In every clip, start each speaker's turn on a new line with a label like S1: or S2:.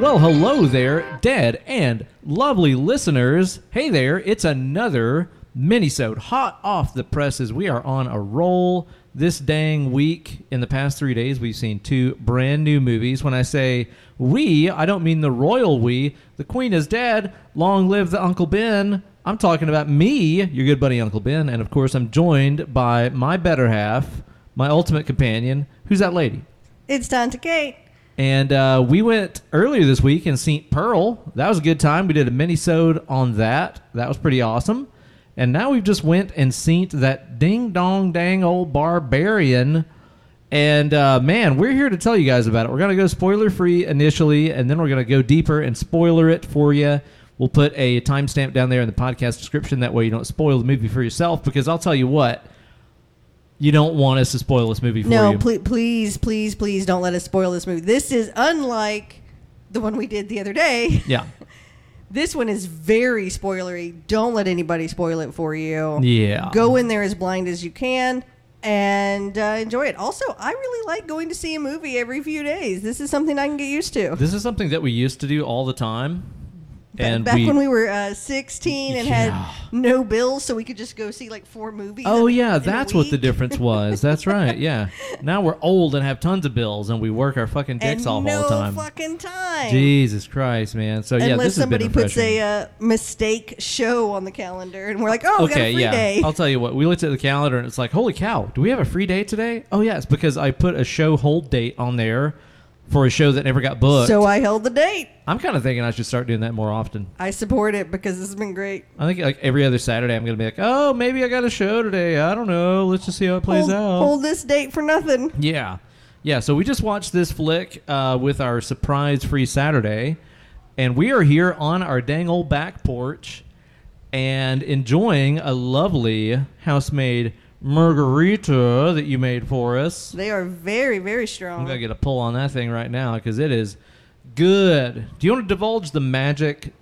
S1: Well, hello there, dead and lovely listeners. Hey there, it's another minisode hot off the presses. We are on a roll this dang week. In the past three days, we've seen two brand new movies. When I say we, I don't mean the royal we. The queen is dead. Long live the Uncle Ben. I'm talking about me, your good buddy Uncle Ben, and of course, I'm joined by my better half, my ultimate companion. Who's that lady?
S2: It's Dante Kate.
S1: And uh, we went earlier this week and seen Pearl. That was a good time. We did a mini-sode on that. That was pretty awesome. And now we've just went and seen that ding dong dang old barbarian. And uh, man, we're here to tell you guys about it. We're gonna go spoiler free initially, and then we're gonna go deeper and spoiler it for you. We'll put a timestamp down there in the podcast description. That way, you don't spoil the movie for yourself. Because I'll tell you what, you don't want us to spoil this movie for
S2: No,
S1: you.
S2: ple- please, please, please don't let us spoil this movie. This is unlike the one we did the other day.
S1: yeah.
S2: This one is very spoilery. Don't let anybody spoil it for you.
S1: Yeah.
S2: Go in there as blind as you can and uh, enjoy it. Also, I really like going to see a movie every few days. This is something I can get used to.
S1: This is something that we used to do all the time.
S2: Ba- back when we were uh, 16 and
S1: Yeah.
S2: had no bills, so we could just go see like four movies.
S1: Oh
S2: in a-
S1: yeah,
S2: in a
S1: that's what the
S2: week.
S1: difference was. That's right. Yeah. Now we're old and have tons of bills and we work our fucking dicks
S2: And
S1: off all
S2: no
S1: the time.
S2: fucking time.
S1: Jesus Christ, man. So yeah,
S2: Unless
S1: this has been
S2: somebody puts
S1: refreshing.
S2: a uh, mistake show on the calendar, and we're like, "Oh, we got a
S1: okay,
S2: free
S1: yeah.
S2: day."
S1: I'll tell you what. We looked at the calendar and it's like, "Holy cow, do we have a free day today?" Oh yeah, it's because I put a show hold date on there for a show that never got booked.
S2: so I held the date.
S1: I'm kind of thinking I should start doing that more often.
S2: I support it because this has been great.
S1: I think like every other Saturday, I'm gonna be like, "Oh, maybe I got a show today. I don't know. Let's just see how it plays
S2: hold,
S1: out."
S2: hold this date for nothing.
S1: Yeah, yeah. So we just watched this flick uh, with our surprise free Saturday, and we are here on our dang old back porch and enjoying a lovely house-made margarita that you made for us.
S2: They are very, very
S1: I'm
S2: strong.
S1: gonna get a pull on that thing right now because it is good. Do you want to divulge the magic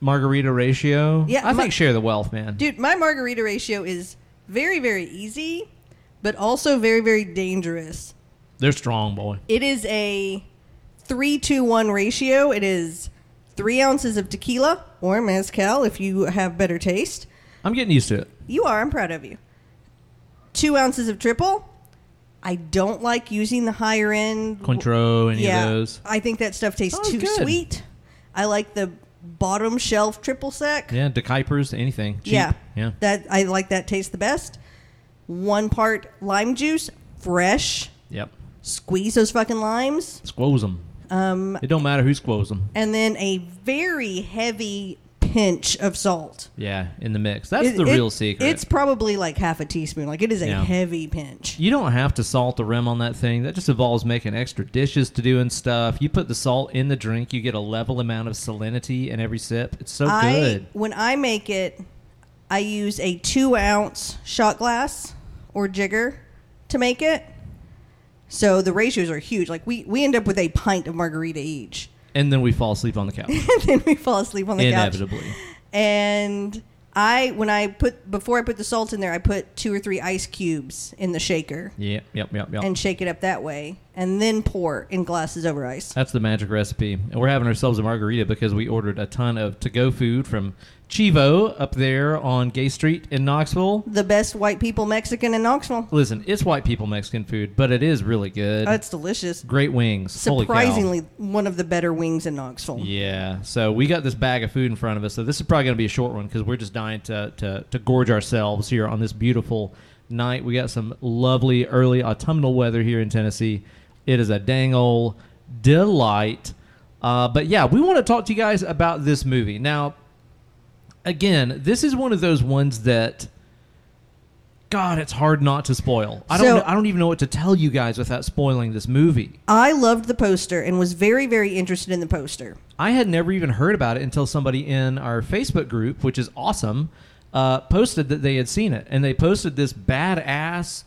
S1: margarita ratio?
S2: Yeah,
S1: I
S2: my-
S1: think share the wealth, man.
S2: Dude, my margarita ratio is very, very easy, but also very, very dangerous.
S1: They're strong, boy.
S2: It is a three to one ratio. It is three ounces of tequila or mezcal if you have better taste.
S1: I'm getting used to it.
S2: You are. I'm proud of you. Two ounces of triple. I don't like using the higher end.
S1: Cointreau, any
S2: yeah,
S1: of those.
S2: I think that stuff tastes
S1: Oh,
S2: too
S1: good.
S2: sweet. I like the bottom shelf triple sec.
S1: Yeah, DeKuyper's, anything. Cheap.
S2: Yeah,
S1: Yeah.
S2: That I like that taste the best. One part lime juice, fresh.
S1: Yep.
S2: Squeeze those fucking limes,
S1: Squoze them.
S2: um,
S1: It don't matter who squoze them.
S2: and then a very heavy pinch of salt.
S1: Yeah, in the mix. That's
S2: It-
S1: the
S2: it-
S1: real secret.
S2: It's probably like half a teaspoon. Like it is a
S1: Yeah.
S2: heavy pinch.
S1: you don't have to salt the rim on that thing. That just involves making extra dishes to do and stuff. You put the salt in the drink, you get a level amount of salinity in every sip. It's so
S2: I
S1: good.
S2: when I make it, I use a two ounce shot glass or jigger to make it. So the ratios are huge. Like we we end up with a pint of margarita each,
S1: And then we fall asleep on the couch.
S2: and then we fall asleep on the couch.
S1: Inevitably.
S2: And I when I put before I put the salt in there, I put two or three ice cubes in the shaker
S1: Yep, yep, yep, yep.
S2: and shake it up that way, and then pour in glasses over ice.
S1: That's the magic recipe. And we're having ourselves a margarita because we ordered a ton of to go food from Chivo up there on Gay Street in Knoxville.
S2: The best white people Mexican in Knoxville.
S1: Listen, it's white people Mexican food, but it is really good.
S2: Oh, it's delicious.
S1: Great wings. Holy cow.
S2: surprisingly one of the better wings in Knoxville.
S1: Yeah. So we got this bag of food in front of us. So this is probably going to be a short one because we're just dying to, to, to gorge ourselves here on this beautiful night. We got some lovely early autumnal weather here in Tennessee. It is a dang old delight. Uh, but yeah, we want to talk to you guys about this movie. Now, again, this is one of those ones that. God, it's hard not to spoil. I don't.
S2: So-
S1: know, I don't even know what to tell you guys without spoiling this movie.
S2: I loved the poster and was very very interested in the poster.
S1: I had never even heard about it until somebody in our Facebook group, which is awesome, uh, posted that they had seen it, and they posted this badass,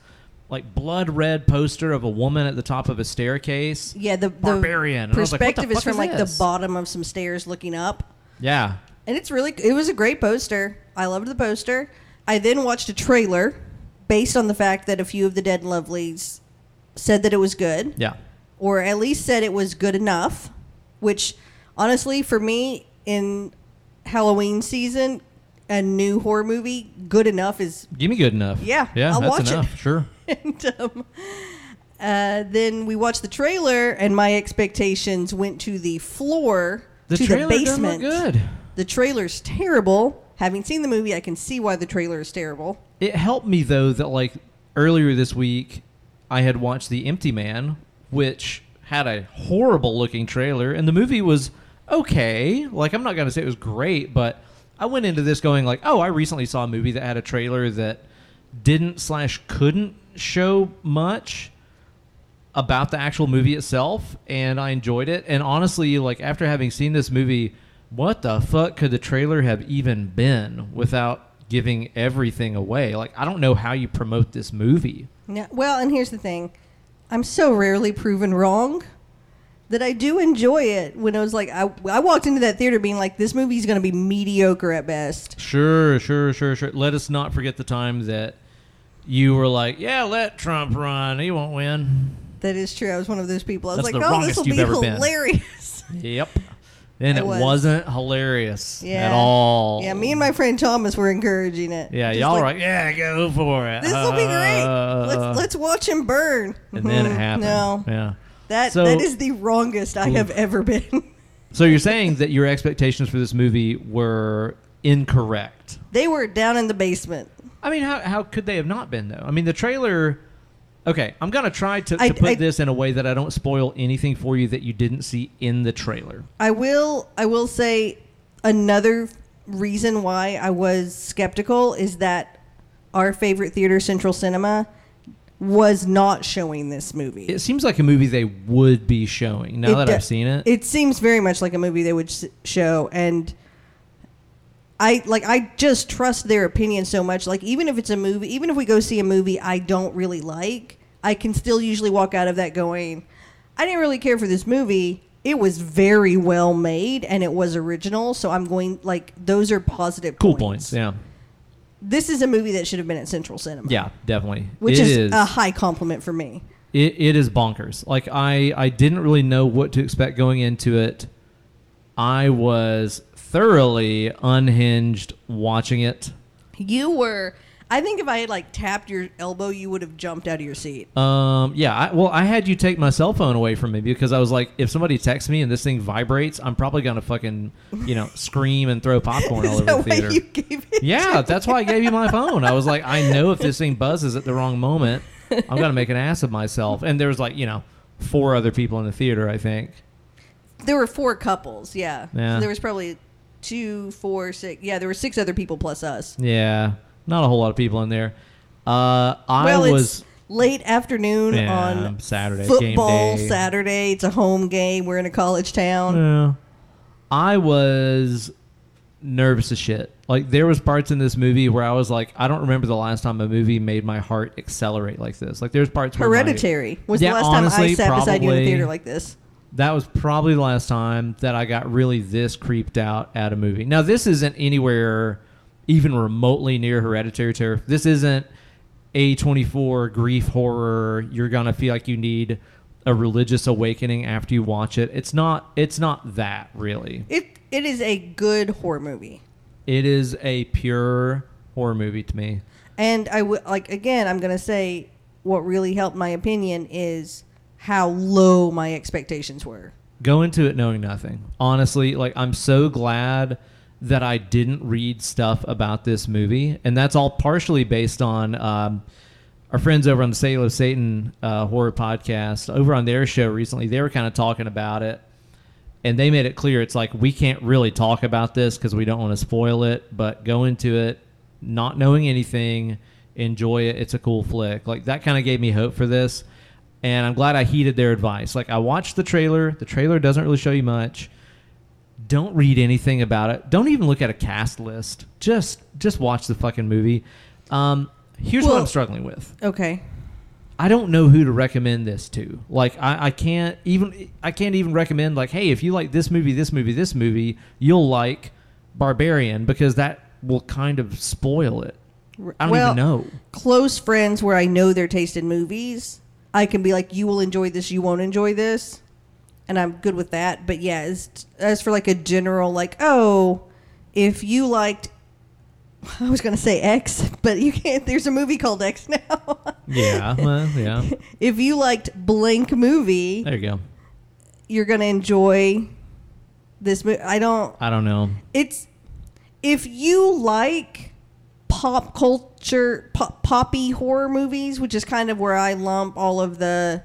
S1: like blood red poster of a woman at the top of a staircase.
S2: Yeah, the, the
S1: Barbarian. And I was like, what the
S2: perspective is
S1: fuck
S2: from
S1: is
S2: like
S1: this?
S2: the bottom of some stairs looking up,
S1: Yeah,
S2: and it's really it was a great poster. I loved the poster. I then watched a trailer based on the fact that a few of the Dead and Lovelies said that it was good,
S1: yeah,
S2: or at least said it was good enough, which honestly, for me, in Halloween season, a new horror movie, good enough is
S1: Give me good enough.
S2: Yeah,
S1: yeah,
S2: I'll
S1: that's
S2: watch it.
S1: enough. Sure.
S2: and um, uh, then we watched the trailer, and my expectations went to the floor
S1: The
S2: to the
S1: trailer doesn't look
S2: basement.
S1: good.
S2: The trailer's terrible. Having seen the movie, I can see why the trailer is terrible.
S1: It helped me though that like earlier this week, I had watched The Empty Man, which had a horrible looking trailer, and the movie was okay. Like I'm not gonna say it was great, but I went into this going like, oh, I recently saw a movie that had a trailer that didn't slash couldn't show much about the actual movie itself and I enjoyed it. And honestly, like after having seen this movie, what the fuck could the trailer have even been without giving everything away? Like I don't know how you promote this movie.
S2: Yeah, well, and here's the thing I'm so rarely proven wrong that I do enjoy it when I was like, I, I walked into that theater being like, this movie's going to be mediocre at best.
S1: Sure, sure, sure, sure. Let us not forget the time that you were like, "Yeah, let Trump run. He won't win."
S2: That is true. I was one of those people. I was
S1: That's
S2: like,
S1: the
S2: oh,
S1: wrongest
S2: this will be
S1: you've ever been."
S2: hilarious.
S1: Yep. And
S2: I
S1: it
S2: was.
S1: wasn't hilarious at all.
S2: Yeah, me and my friend Thomas were encouraging it.
S1: Yeah,
S2: Just
S1: y'all
S2: like,
S1: like, yeah, go for it.
S2: This will be great.
S1: Uh,
S2: let's let's watch him burn.
S1: and then it
S2: Mhm.
S1: happened.
S2: No,
S1: Yeah.
S2: that
S1: So- Mm.
S2: that is the wrongest I have
S1: Oof.
S2: ever been.
S1: So you're saying that your expectations for this movie were incorrect.
S2: they were down in the basement.
S1: I mean, how, how could they have not been though? I mean, the trailer. Okay, I'm gonna try to, to
S2: I-
S1: put
S2: I-
S1: this in a way that I don't spoil anything for you that you didn't see in the trailer.
S2: I will I will say another reason why I was skeptical is that our favorite theater, Central Cinema, was not showing this movie.
S1: It seems like a movie they would be showing now
S2: It
S1: that
S2: do-
S1: I've seen it.
S2: It seems very much like a movie they would s- show, and I like I just trust their opinion so much. Like even if it's a movie, even if we go see a movie I don't really like, I can still usually walk out of that going, I didn't really care for this movie. It was very well made and it was original, so I'm going like those are positive.
S1: cool points. Yeah,
S2: This is a movie that should have been at Central Cinema.
S1: yeah, definitely.
S2: which
S1: It
S2: is, uh, a high compliment for me.
S1: it, it is bonkers. Like I, I didn't really know what to expect going into it. I was thoroughly unhinged watching it.
S2: You were. I think if I had like tapped your elbow, you would have jumped out of your seat.
S1: Um, yeah, I, well, I had you take my cell phone away from me because I was like, if somebody texts me and this thing vibrates, I'm probably gonna fucking, you know, scream and throw popcorn all
S2: Is
S1: over
S2: that
S1: the
S2: why
S1: theater.
S2: you gave it?
S1: Yeah, that's why I gave you my phone. I was like, I know if this thing buzzes at the wrong moment, I'm gonna make an ass of myself. And there was like, you know, four other people in the theater, I think.
S2: There were four couples. Yeah.
S1: Yeah.
S2: So there was probably two, four, six. Yeah, there were six other people plus us.
S1: Yeah, not a whole lot of people in there. Uh, I
S2: well,
S1: was
S2: it's late afternoon
S1: Yeah,
S2: on
S1: Saturday, game
S2: football
S1: day. Mm.
S2: Saturday. It's a home game. We're in a college town.
S1: Yeah. I was nervous as shit. Like there was parts in this movie where I was like, I don't remember the last time a movie made my heart accelerate like this. Like there's parts where my-
S2: Hereditary was
S1: Yeah,
S2: the last time I
S1: honestly,
S2: sat beside you in a
S1: probably.
S2: theater like this.
S1: that was probably the last time that I got really this creeped out at a movie. Now this isn't anywhere even remotely near hereditary terror. This isn't a twenty four grief horror. You're gonna feel like you need a religious awakening after you watch it. It's not it's not that really.
S2: It it is a good horror movie.
S1: It is a pure horror movie to me.
S2: And I would like again. I'm gonna say what really helped my opinion is how low my expectations were.
S1: Go into it knowing nothing. Honestly, like I'm so glad that I didn't read stuff about this movie, and that's all partially based on um, our friends over on the Sale of Satan uh, horror podcast. Over on their show recently, they were kind of talking about it, and they made it clear it's like we can't really talk about this because we don't want to spoil it, but go into it not knowing anything, enjoy it. It's a cool flick. Like that kind of gave me hope for this, and I'm glad I heeded their advice. Like I watched the trailer. The trailer doesn't really show you much. Don't read anything about it. Don't even look at a cast list. Just just watch the fucking movie. Um, here's what
S2: Well-
S1: I'm struggling with.
S2: Okay.
S1: I don't know who to recommend this to. Like I, I can't even I can't even recommend like, hey, if you like this movie, this movie, this movie, you'll like Barbarian because that will kind of spoil it. I don't
S2: Well,
S1: even know.
S2: Close friends where I know their taste in movies, I can be like, you will enjoy this, you won't enjoy this. and I'm good with that. But yeah, as, as for like a general, like, oh, if you liked, I was going to say X, but you can't, there's a movie called X now.
S1: Yeah, well, yeah.
S2: if you liked blank movie,
S1: There you go.
S2: you're going to enjoy this movie. I don't,
S1: I don't know.
S2: it's, if you like pop culture, pop, poppy horror movies, which is kind of where I lump all of the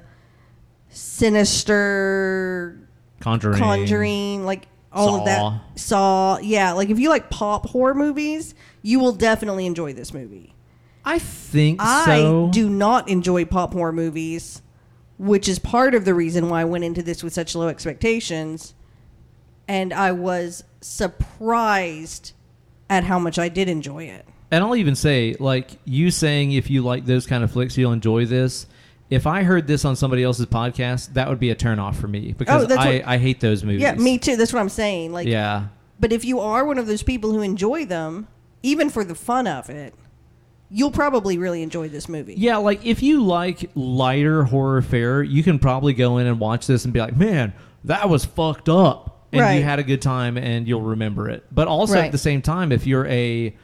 S2: sinister
S1: Conjuring.
S2: Conjuring, like all of
S1: Saw.
S2: that. Saw, yeah. Like if you like pop horror movies, you will definitely enjoy this movie.
S1: I think so.
S2: I do not enjoy pop horror movies, which is part of the reason why I went into this with such low expectations, and I was surprised at how much I did enjoy it.
S1: And I'll even say, like you saying, if you like those kind of flicks, you'll enjoy this. If I heard this on somebody else's podcast, that would be a turnoff for me because
S2: Oh, that's
S1: I,
S2: what-
S1: I hate those movies.
S2: Yeah, me too. That's what I'm saying. Like,
S1: yeah,
S2: But if you are one of those people who enjoy them, even for the fun of it, you'll probably really enjoy this movie.
S1: yeah. Like if you like lighter horror fare, you can probably go in and watch this and be like, man, that was fucked up, and
S2: Right.
S1: you had a good time, and you'll remember it. But also
S2: Right.
S1: at the same time, if you're a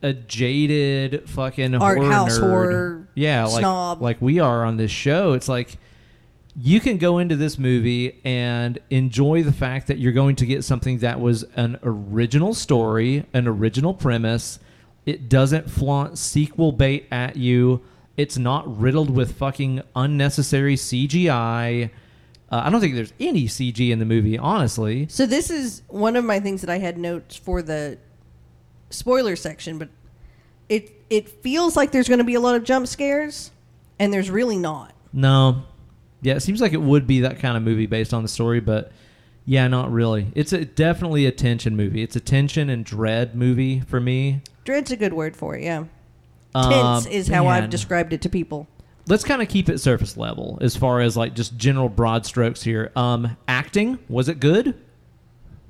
S1: a jaded fucking
S2: Art
S1: horror
S2: house
S1: nerd,
S2: horror
S1: yeah, like
S2: snob.
S1: like we are on this show, it's like. you can go into this movie and enjoy the fact that you're going to get something that was an original story, an original premise. It doesn't flaunt sequel bait at you. It's not riddled with fucking unnecessary CGI. Uh, I don't think there's any CG in the movie, honestly.
S2: So this is one of my things that I had notes for the spoiler section, but it it feels like there's going to be a lot of jump scares, and there's really not.
S1: No. Yeah, it seems like it would be that kind of movie based on the story, but yeah, not really. It's a, definitely a tension movie. It's a tension and dread movie for me.
S2: Dread's a good word for it. Yeah,
S1: Um,
S2: tense is how I've
S1: man.
S2: described it to people.
S1: let's kind of keep it surface level as far as like just general broad strokes here. Um, acting was it good?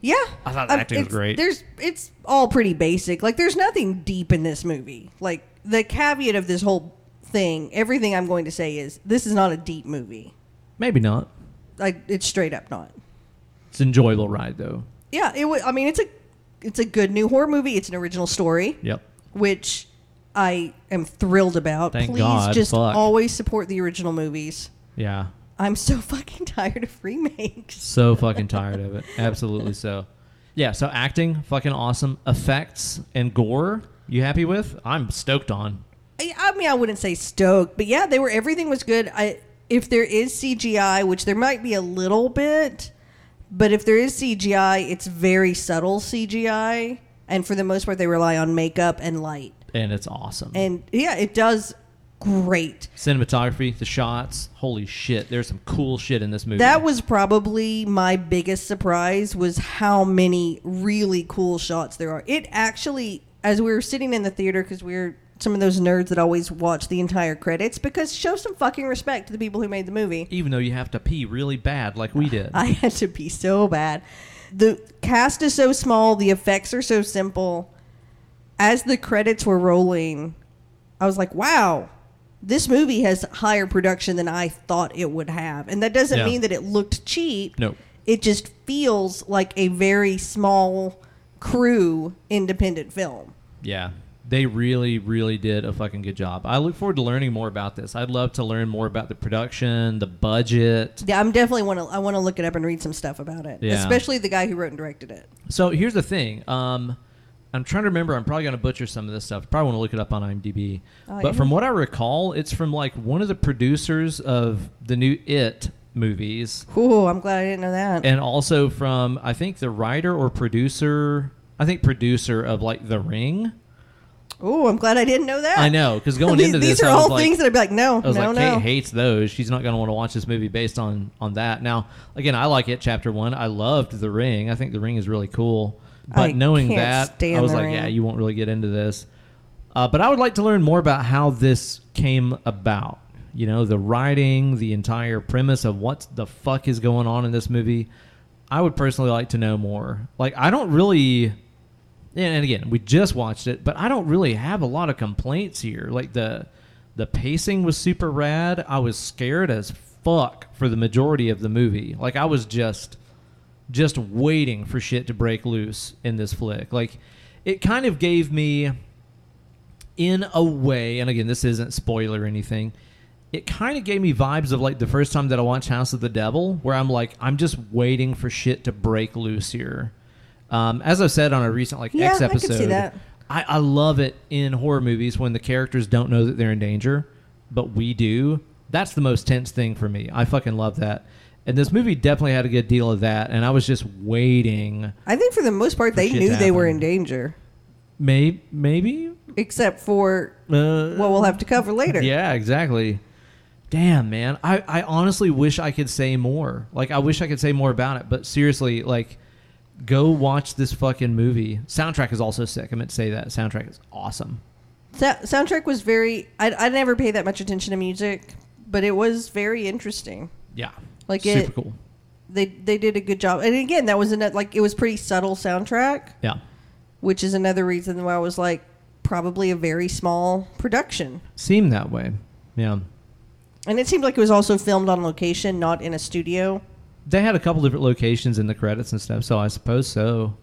S2: Yeah,
S1: I thought the
S2: I'm-
S1: acting was
S2: it's-
S1: great.
S2: There's it's all pretty basic. Like there's nothing deep in this movie. Like the caveat of this whole thing, everything I'm going to say is this is not a deep movie.
S1: Maybe not.
S2: Like it's straight up not.
S1: It's an enjoyable ride though.
S2: Yeah, it. wa- I mean, it's a it's a good new horror movie. It's an original story.
S1: Yep.
S2: which I am thrilled about.
S1: Thank
S2: Please
S1: God,
S2: just
S1: fuck.
S2: always support the original movies.
S1: Yeah.
S2: I'm so fucking tired of remakes.
S1: So fucking tired of it. Absolutely so. Yeah. So acting, fucking awesome. Effects and gore. You happy with? I'm stoked on.
S2: I, I mean, I wouldn't say stoked, but yeah, they were everything was good. I if there is CGI, which there might be a little bit, but if there is CGI, it's very subtle CGI, and for the most part, they rely on makeup and light.
S1: And it's awesome.
S2: And yeah, it does great.
S1: Cinematography, the shots. Holy shit. There's some cool shit in this movie.
S2: That was probably my biggest surprise was how many really cool shots there are. It actually, as we were sitting in the theater, because we are some of those nerds that always watch the entire credits, because show some fucking respect to the people who made the movie.
S1: even though you have to pee really bad like we did.
S2: I had to be so bad. The cast is so small, the effects are so simple. As the credits were rolling, I was like, wow, this movie has higher production than I thought it would have. And that doesn't
S1: Yeah.
S2: mean that it looked cheap.
S1: No.
S2: It just feels like a very small crew independent film.
S1: Yeah. They really, really did a fucking good job. I look forward to learning more about this. I'd love to learn more about the production, the budget.
S2: Yeah, I'm definitely want to I want to look it up and read some stuff about it.
S1: Yeah.
S2: Especially the guy who wrote and directed it.
S1: So here's the thing. Um, I'm trying to remember. I'm probably going to butcher some of this stuff. Probably want to look it up on IMDb.
S2: Oh,
S1: but
S2: yeah.
S1: from what I recall, it's from like one of the producers of the new It movies,
S2: Ooh, I'm glad I didn't know that.
S1: and also from I think the writer or producer. I think producer of like The Ring.
S2: Ooh, I'm glad I didn't know that.
S1: I know because going
S2: these,
S1: into this,
S2: these are
S1: I was
S2: all
S1: like-
S2: things that I'd be like, no,
S1: I was
S2: no,
S1: like,
S2: no.
S1: Kate hates those. She's not going to want to watch this movie based on on that. Now, again, I like it. Chapter one, I loved The Ring. I think The Ring is really cool. But
S2: I
S1: knowing
S2: can't
S1: that, I
S2: stand
S1: was
S2: The
S1: like,
S2: Ring.
S1: yeah, you won't really get into this. Uh, but I would like to learn more about how this came about. You know, the writing, the entire premise of what the fuck is going on in this movie. I would personally like to know more. Like, I don't really. And and again, we just watched it, but I don't really have a lot of complaints here. Like the the pacing was super rad. I was scared as fuck for the majority of the movie. Like I was just just waiting for shit to break loose in this flick. Like it kind of gave me in a way, and again, this isn't spoiler or anything. It kind of gave me vibes of like the first time that I watched House of the Devil, where I'm like, I'm just waiting for shit to break loose here. Um, as I've said on a recent like
S2: Yeah,
S1: X
S2: I could see
S1: episode,
S2: that.
S1: I, I love it in horror movies when the characters don't know that they're in danger, but we do. That's the most tense thing for me. I fucking love that. And this movie definitely had a good deal of that. And I was just waiting.
S2: I think for the most part, they
S1: shit
S2: knew
S1: to
S2: they were
S1: happen.
S2: in danger,
S1: Maybe, maybe.
S2: except for
S1: Uh,
S2: what we'll have to cover later.
S1: Yeah, exactly. Damn, man. I, I honestly wish I could say more. Like, I wish I could say more about it. But seriously, like, go watch this fucking movie. Soundtrack is also sick. I meant to say that. Soundtrack is awesome.
S2: Sa- soundtrack was very. I, I never paid that much attention to music, but it was very interesting.
S1: Yeah.
S2: Like
S1: Super
S2: it-
S1: cool.
S2: They they did a good job, and again, that was another like it was pretty subtle soundtrack,
S1: Yeah.
S2: which is another reason why I was like probably a very small production,
S1: Seemed that way. Yeah.
S2: and it seemed like it was also filmed on location, not in a studio.
S1: They had a couple different locations in the credits and stuff, so I suppose so.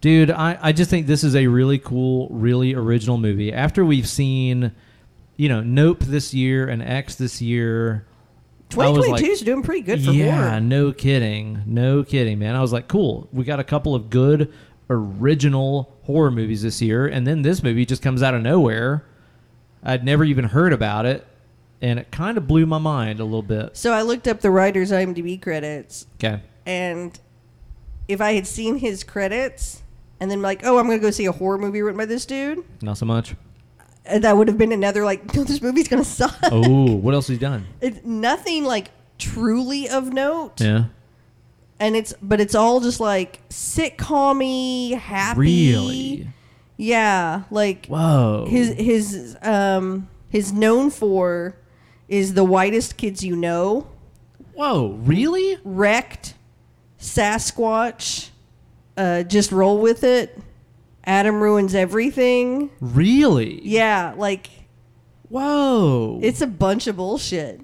S1: Dude, I, I just think this is a really cool, really original movie. After we've seen, you know, Nope this year and X this year. I
S2: Twenty
S1: was
S2: twenty
S1: like,
S2: two is doing pretty good for
S1: yeah,
S2: horror.
S1: no kidding. No kidding, man. I was like, cool. We got a couple of good original horror movies this year, and then this movie just comes out of nowhere. I'd never even heard about it, and it kind of blew my mind a little bit.
S2: So I looked up the writer's IMDb credits,
S1: Okay.
S2: and if I had seen his credits and then like, oh, I'm gonna go see a horror movie written by this dude,
S1: Not so much.
S2: uh, that would have been another like, no, this movie's gonna suck.
S1: Oh, what else has he done?
S2: It's nothing like truly of note,
S1: Yeah.
S2: and it's but it's all just like sitcomy, happy.
S1: Really?
S2: Yeah, like
S1: Whoa.
S2: his his um his known for is the whitest kids you know,
S1: Whoa, really?
S2: wrecked, Sasquatch, uh, just roll with it. Adam ruins everything.
S1: Really?
S2: Yeah, like
S1: Whoa.
S2: it's a bunch of bullshit.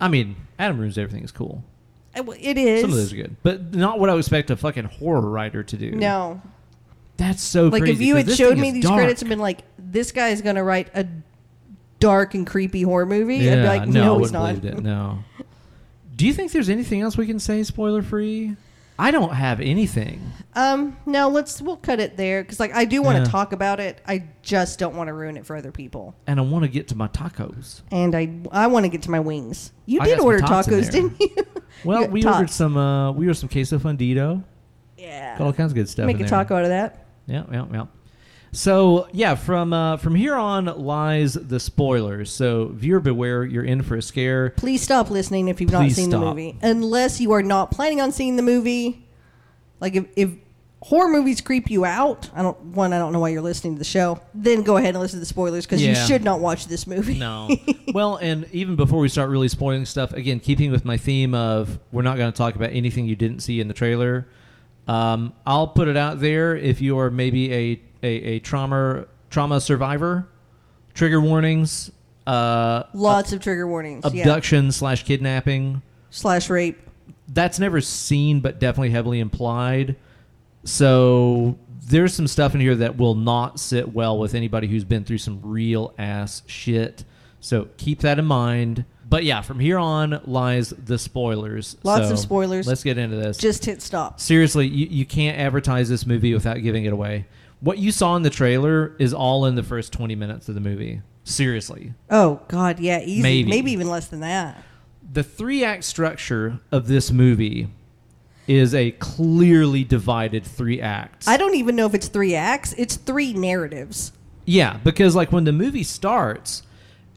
S1: I mean, Adam Ruins Everything is cool.
S2: I- Uh, well, It is.
S1: Some of those are good, but not what I would expect a fucking horror writer to do.
S2: No,
S1: That's so
S2: like
S1: crazy.
S2: if you
S1: 'cause
S2: had
S1: this
S2: showed
S1: thing
S2: me
S1: is
S2: these
S1: dark.
S2: credits and been like, "This guy is gonna write a dark and creepy horror movie," I'd be
S1: Yeah,
S2: like,
S1: no,
S2: "No,
S1: I wouldn't
S2: he's not."
S1: believed it. No. Do you think there's anything else we can say spoiler free? I don't have anything.
S2: Um, no, let's we'll cut it there because like I do want to
S1: Yeah.
S2: talk about it. I just don't want to ruin it for other people,
S1: And I want to get to my tacos.
S2: and I I want to get to my wings. You
S1: I
S2: did
S1: got some
S2: order
S1: tots in
S2: tacos,
S1: there.
S2: didn't you?
S1: Well,
S2: You got
S1: we
S2: tots.
S1: ordered some uh we ordered some queso fundido.
S2: Yeah.
S1: Got all kinds of good stuff.
S2: Make
S1: in
S2: a
S1: there.
S2: taco out of that.
S1: Yeah, yeah, yeah. So yeah, from uh, from here on lies the spoilers. So viewer beware, you're in for a scare.
S2: Please stop listening if you've not
S1: Please
S2: seen the
S1: stop.
S2: movie. Unless you are not planning on seeing the movie. Like if, if horror movies creep you out, I don't one, I don't know why you're listening to the show. Then go ahead and listen to the spoilers because you
S1: Yeah.
S2: should not watch this movie.
S1: No. well, and even before we start really spoiling stuff, again, keeping with my theme of we're not going to talk about anything you didn't see in the trailer. Um, I'll put it out there if you are maybe a a, a trauma trauma survivor. Trigger warnings, uh,
S2: Lots of trigger warnings. Yeah.
S1: abduction slash kidnapping.
S2: Slash rape.
S1: that's never seen but definitely heavily implied so there's some stuff in here that will not sit well with anybody who's been through some real ass shit so keep that in mind but yeah from here on lies the spoilers
S2: Lots of
S1: So
S2: spoilers.
S1: let's get into this
S2: Just hit stop.
S1: seriously you, you can't advertise this movie without giving it away what you saw in the trailer is all in the first 20 minutes of the movie seriously
S2: Oh God, yeah, easy.
S1: Maybe.
S2: Maybe, even less than that.
S1: the three act structure of this movie is a clearly divided three acts.
S2: I don't even know if it's three acts. It's three narratives.
S1: yeah, because like when the movie starts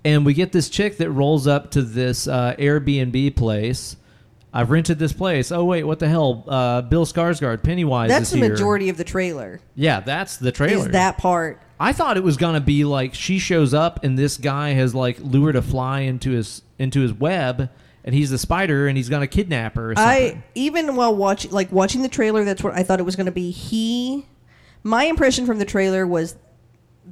S1: and we get this chick that rolls up to this uh, Airbnb place. I've rented this place. Oh wait, what the hell? Uh, Bill Skarsgård, Pennywise.
S2: That's
S1: is
S2: the
S1: here.
S2: majority of the trailer.
S1: Yeah, that's the trailer.
S2: Is that part?
S1: I thought it was gonna be like she shows up and this guy has like lured a fly into his into his web, and he's the spider and he's gonna kidnap her. Or something.
S2: I even while watching like watching the trailer, that's what I thought it was going to be. He, my impression from the trailer was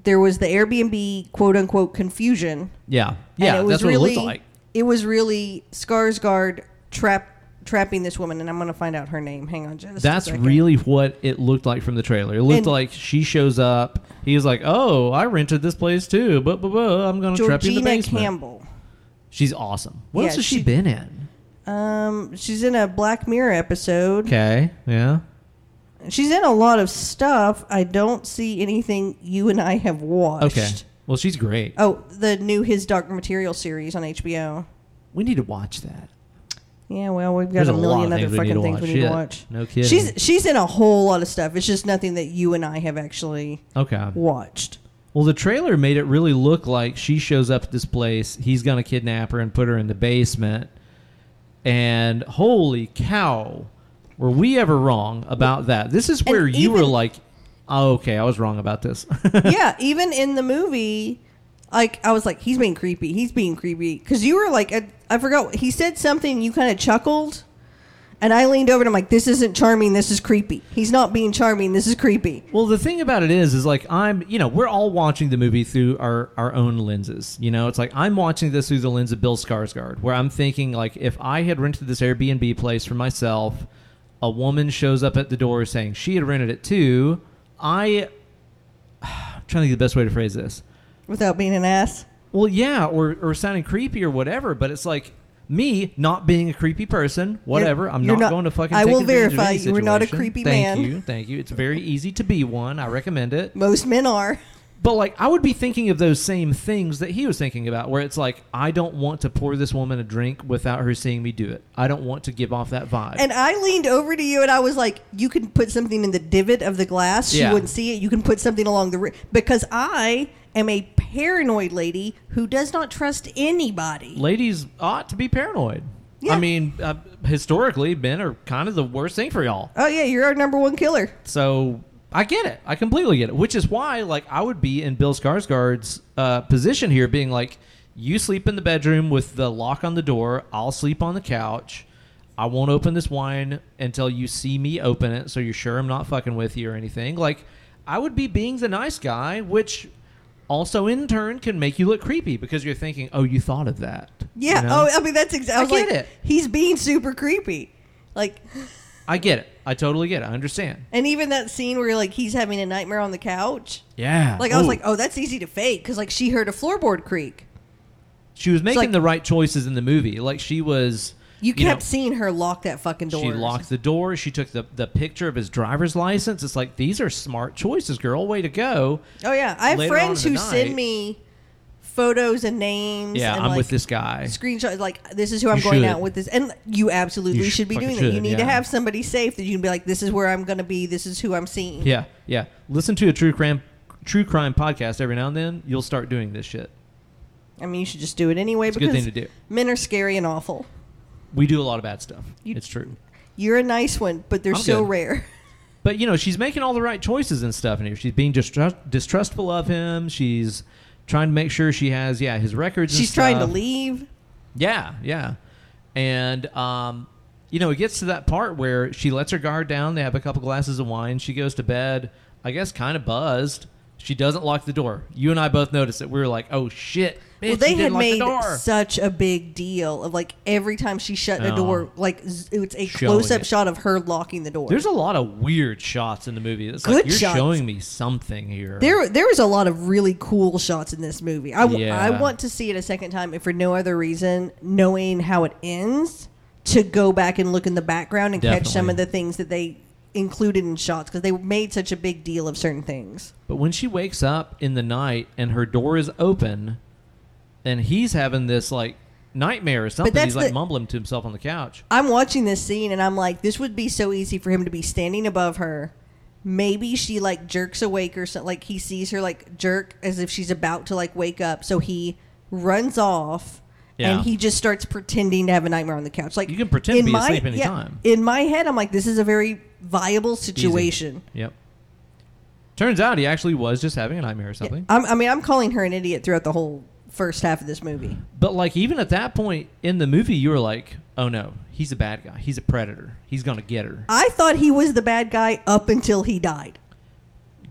S2: there was the Airbnb quote unquote confusion.
S1: Yeah, yeah,
S2: it was
S1: that's what it
S2: really-
S1: looked like.
S2: it was really Skarsgård trap trapping this woman, and I'm gonna find out her name. Hang on, just a
S1: That's
S2: second.
S1: really what it looked like from the trailer. It looked
S2: And-
S1: like she shows up. He's like, "Oh, I rented this place too, but but, but I'm going to trap you in the
S2: Georgina
S1: basement."
S2: Campbell.
S1: She's awesome. What
S2: Yeah,
S1: else has she,
S2: she-
S1: been in?
S2: Um, she's in a Black Mirror episode.
S1: Okay, yeah.
S2: She's in a lot of stuff. I don't see anything you and I have watched.
S1: Okay. Well, she's great.
S2: Oh, the new His Dark Material series on HBO.
S1: We need to watch that.
S2: Yeah, well, we've got
S1: There's
S2: a
S1: a lot
S2: million
S1: of things
S2: other
S1: we need to
S2: fucking things
S1: watch.
S2: we need to
S1: Shit.
S2: watch.
S1: No kidding.
S2: She's she's in a whole lot of stuff. It's just nothing that you and I have actually
S1: Okay.
S2: watched.
S1: Well, the trailer made it really look like she shows up at this place. He's going to kidnap her and put her in the basement. And holy cow, were we ever wrong about that? This is where
S2: And
S1: you were
S2: even-
S1: like, oh, okay, I was wrong about this.
S2: yeah, even in the movie, like I was like, he's being creepy. He's being creepy because you were like, I, I forgot. He said something. You kind of chuckled, and I leaned over and I'm like, this isn't charming. This is creepy. He's not being charming. This is creepy.
S1: Well, the thing about it is, is like I'm, you know, we're all watching the movie through our, our own lenses. You know, it's like I'm watching this through the lens of Bill Skarsgård, where I'm thinking like, if I had rented this Airbnb place for myself, a woman shows up at the door saying she had rented it too. I, I'm trying to think the best way to phrase this.
S2: Without being an ass.
S1: Well, yeah, or or sounding creepy or whatever, but it's like me not being a creepy person, whatever. I'm
S2: you're
S1: not,
S2: not-
S1: going to fucking.
S2: I
S1: take
S2: will
S1: advantage of
S2: verify
S1: any
S2: you were not a
S1: situation.
S2: creepy
S1: thank
S2: man.
S1: you, thank you. It's very easy to be one. I recommend it.
S2: Most men are.
S1: But like I would be thinking of those same things that he was thinking about where it's like I don't want to pour this woman a drink without her seeing me do it. I don't want to give off that vibe.
S2: And I leaned over to you and I was like, you can put something in the divot of the glass. She
S1: Yeah.
S2: wouldn't see it. You can put something along the ri because I am a paranoid lady who does not trust anybody.
S1: Ladies ought to be paranoid.
S2: Yeah.
S1: I mean, uh, historically men are kind of the worst thing for y'all.
S2: Oh yeah, you're our number one killer.
S1: So I get it. I completely get it. Which is why, like, I would be in Bill Skarsgård's uh, position here, being like, "You sleep in the bedroom with the lock on the door. I'll sleep on the couch. I won't open this wine until you see me open it, so you're sure I'm not fucking with you or anything." Like, I would be being the nice guy, which also in turn can make you look creepy because you're thinking, "Oh, you thought of that." you
S2: Yeah.
S1: know?
S2: Oh, I mean that's
S1: I
S2: exactly.
S1: get it.
S2: He's being super creepy. Like,
S1: I get it. I totally get it. I understand.
S2: and even that scene where like he's having a nightmare on the couch.
S1: Yeah.
S2: Like I was like, oh, that's easy to fake because like she heard a floorboard creak.
S1: she was making
S2: like-
S1: the right choices in the movie. Like she was.
S2: You
S1: know,
S2: kept seeing her lock that fucking door.
S1: she locked the door. She took the, the picture of his driver's license. It's like these are smart choices, girl. Way to go.
S2: Oh yeah, I have
S1: Later on
S2: friends
S1: in
S2: who
S1: the
S2: send
S1: night-
S2: me photos and names.
S1: Yeah,
S2: and,
S1: I'm
S2: like,
S1: with this guy.
S2: Screenshots like this is who I'm
S1: You
S2: going
S1: should.
S2: out with this, and you absolutely
S1: You sh-
S2: should be
S1: fucking
S2: doing that. You
S1: should,
S2: need to
S1: yeah.
S2: have somebody safe that you can be like, this is where I'm going to be. This is who I'm seeing.
S1: Yeah, yeah. Listen to a true crime true crime podcast every now and then. You'll start doing this shit.
S2: I mean, you should just do it anyway
S1: It's a good
S2: because
S1: thing to do.
S2: men are scary and awful.
S1: We do a lot of bad stuff.
S2: You-
S1: it's true.
S2: You're a nice one, but they're
S1: I'm
S2: so
S1: good.
S2: rare.
S1: But you know, she's making all the right choices and stuff in here. She's being distrust, distrustful of him. She's trying to make sure she has yeah his records. and
S2: She's trying to
S1: stuff.
S2: leave.
S1: Yeah, yeah. And um, you know, it gets to that part where she lets her guard down, they have a couple glasses of wine, she goes to bed, I guess kind of buzzed. She doesn't lock the door. You and I both noticed it. We were like, "Oh shit!" Bitch,
S2: well, they
S1: you didn't
S2: had
S1: lock
S2: made
S1: the door.
S2: such a big deal of like every time she shut the
S1: Oh.
S2: door, like z- it's a
S1: Showing
S2: close up
S1: it.
S2: shot of her locking the door.
S1: There's a lot of weird shots in the movie. It's like
S2: Good
S1: you're
S2: shots.
S1: showing me something here.
S2: There, there was a lot of really cool shots in this movie. I, w-
S1: Yeah.
S2: I want to see it a second time, and for no other reason, knowing how it ends, to go back and look in the background and catch some
S1: Definitely.
S2: of the things that they included in shots because they made such a big deal of certain things.
S1: But when she wakes up in the night and her door is open, and he's having this like nightmare or something,
S2: that's
S1: he's like
S2: the-
S1: mumbling to himself on the couch.
S2: I'm watching this scene, and I'm like, this would be so easy for him to be standing above her. Maybe she like jerks awake or something. Like he sees her like jerk as if she's about to like wake up, so he runs off.
S1: Yeah.
S2: And he just starts pretending to have a nightmare on the couch. Like
S1: You can pretend to
S2: in
S1: be
S2: my-
S1: asleep
S2: yeah,
S1: anytime.
S2: in my head, I'm like, this is a very viable
S1: Easy.
S2: situation.
S1: Yep. Turns out he actually was just having a nightmare or something.
S2: I'm, I mean, I'm calling her an idiot throughout the whole first half of this movie.
S1: But like even at that point in the movie, you were like, "Oh no, he's a bad guy. He's a predator. He's gonna get her,
S2: I thought he was the bad guy up until he died.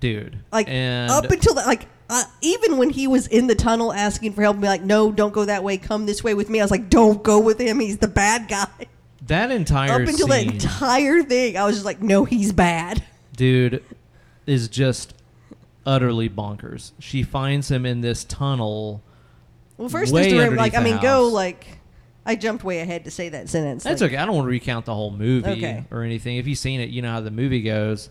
S1: dude."
S2: Like
S1: and
S2: up until the, like uh, even when he was in the tunnel asking for help, be like, "No, don't go that way. Come this way with me." I was like, "Don't go with him. He's the bad guy."
S1: That entire
S2: Up until that
S1: scene,
S2: entire thing, I was just like, "No, he's bad."
S1: dude, is just utterly bonkers. She finds him in this tunnel.
S2: Well, first
S1: Way
S2: there's the room.
S1: underneath
S2: Like, I
S1: the
S2: mean, go
S1: house.
S2: like. I jumped way ahead to say that sentence.
S1: That's
S2: like,
S1: okay. I don't want to recount the whole movie
S2: Okay.
S1: or anything. If you've seen it, you know how the movie goes.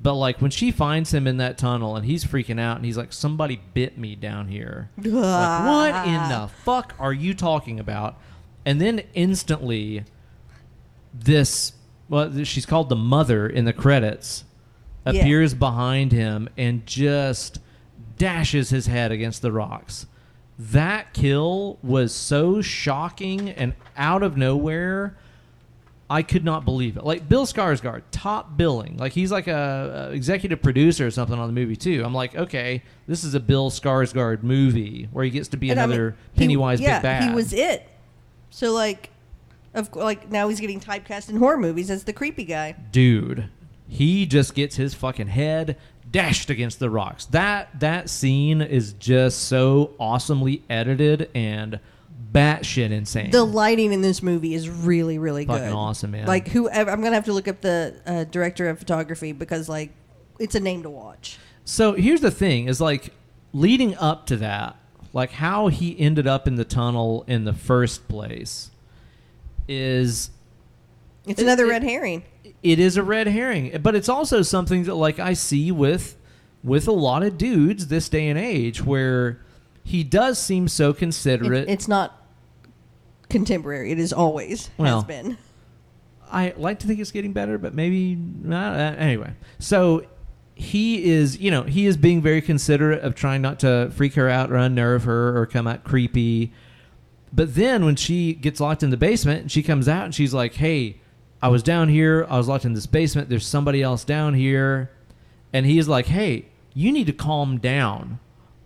S1: But like when she finds him in that tunnel and he's freaking out and he's like, "Somebody bit me down here." Like, what in the fuck are you talking about? And then instantly, this well, th- she's called the mother in the credits
S2: Yeah.
S1: appears behind him and just dashes his head against the rocks. That kill was so shocking and out of nowhere. I could not believe it. Like Bill Skarsgård, top billing. Like he's like a, a executive producer or something on the movie too. I'm like, okay, this is a Bill Skarsgård movie where he gets to be
S2: And I mean,
S1: another
S2: he-
S1: Pennywise
S2: yeah,
S1: big bad.
S2: He was it. So like, of cou- like now he's getting typecast in horror movies as the creepy guy.
S1: dude he just gets his fucking head dashed against the rocks that that scene is just so awesomely edited and batshit insane
S2: The lighting in this movie is really, really
S1: Fucking
S2: good.
S1: awesome, man.
S2: Like whoever, I'm gonna have to look up the uh, director of photography because like, it's a name to watch.
S1: so here's the thing is like leading up to that like how he ended up in the tunnel in the first place is
S2: It's
S1: It-
S2: another
S1: it-
S2: red herring.
S1: it is a red herring but it's also something that like i see with with a lot of dudes this day and age where he does seem so
S2: It-
S1: considerate
S2: it's not contemporary. It is always
S1: Well,
S2: has been.
S1: I like to think it's getting better, but maybe not. Uh, anyway, so he is, you know, he is being very considerate of trying not to freak her out or unnerve her or come out creepy. But then when she gets locked in the basement and she comes out and she's like, hey, I was down here. I was locked in this basement. There's somebody else down here. And he's like, hey, you need to calm down.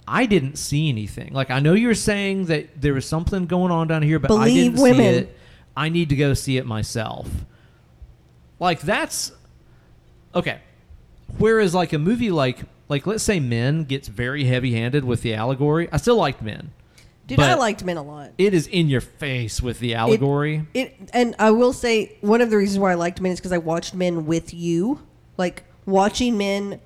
S1: I didn't see anything. Like, I know you're saying that there was something going on down here, but I
S2: Believe
S1: didn't see
S2: women.
S1: it. I need to go see it myself. Like, that's okay. Whereas like a movie like like let's say Men gets very heavy handed with the allegory. I still liked Men.
S2: Dude,
S1: but
S2: I liked men a lot.
S1: It is in your face with the allegory.
S2: It and I will say one of the reasons why I liked men is because I watched men with you, like watching men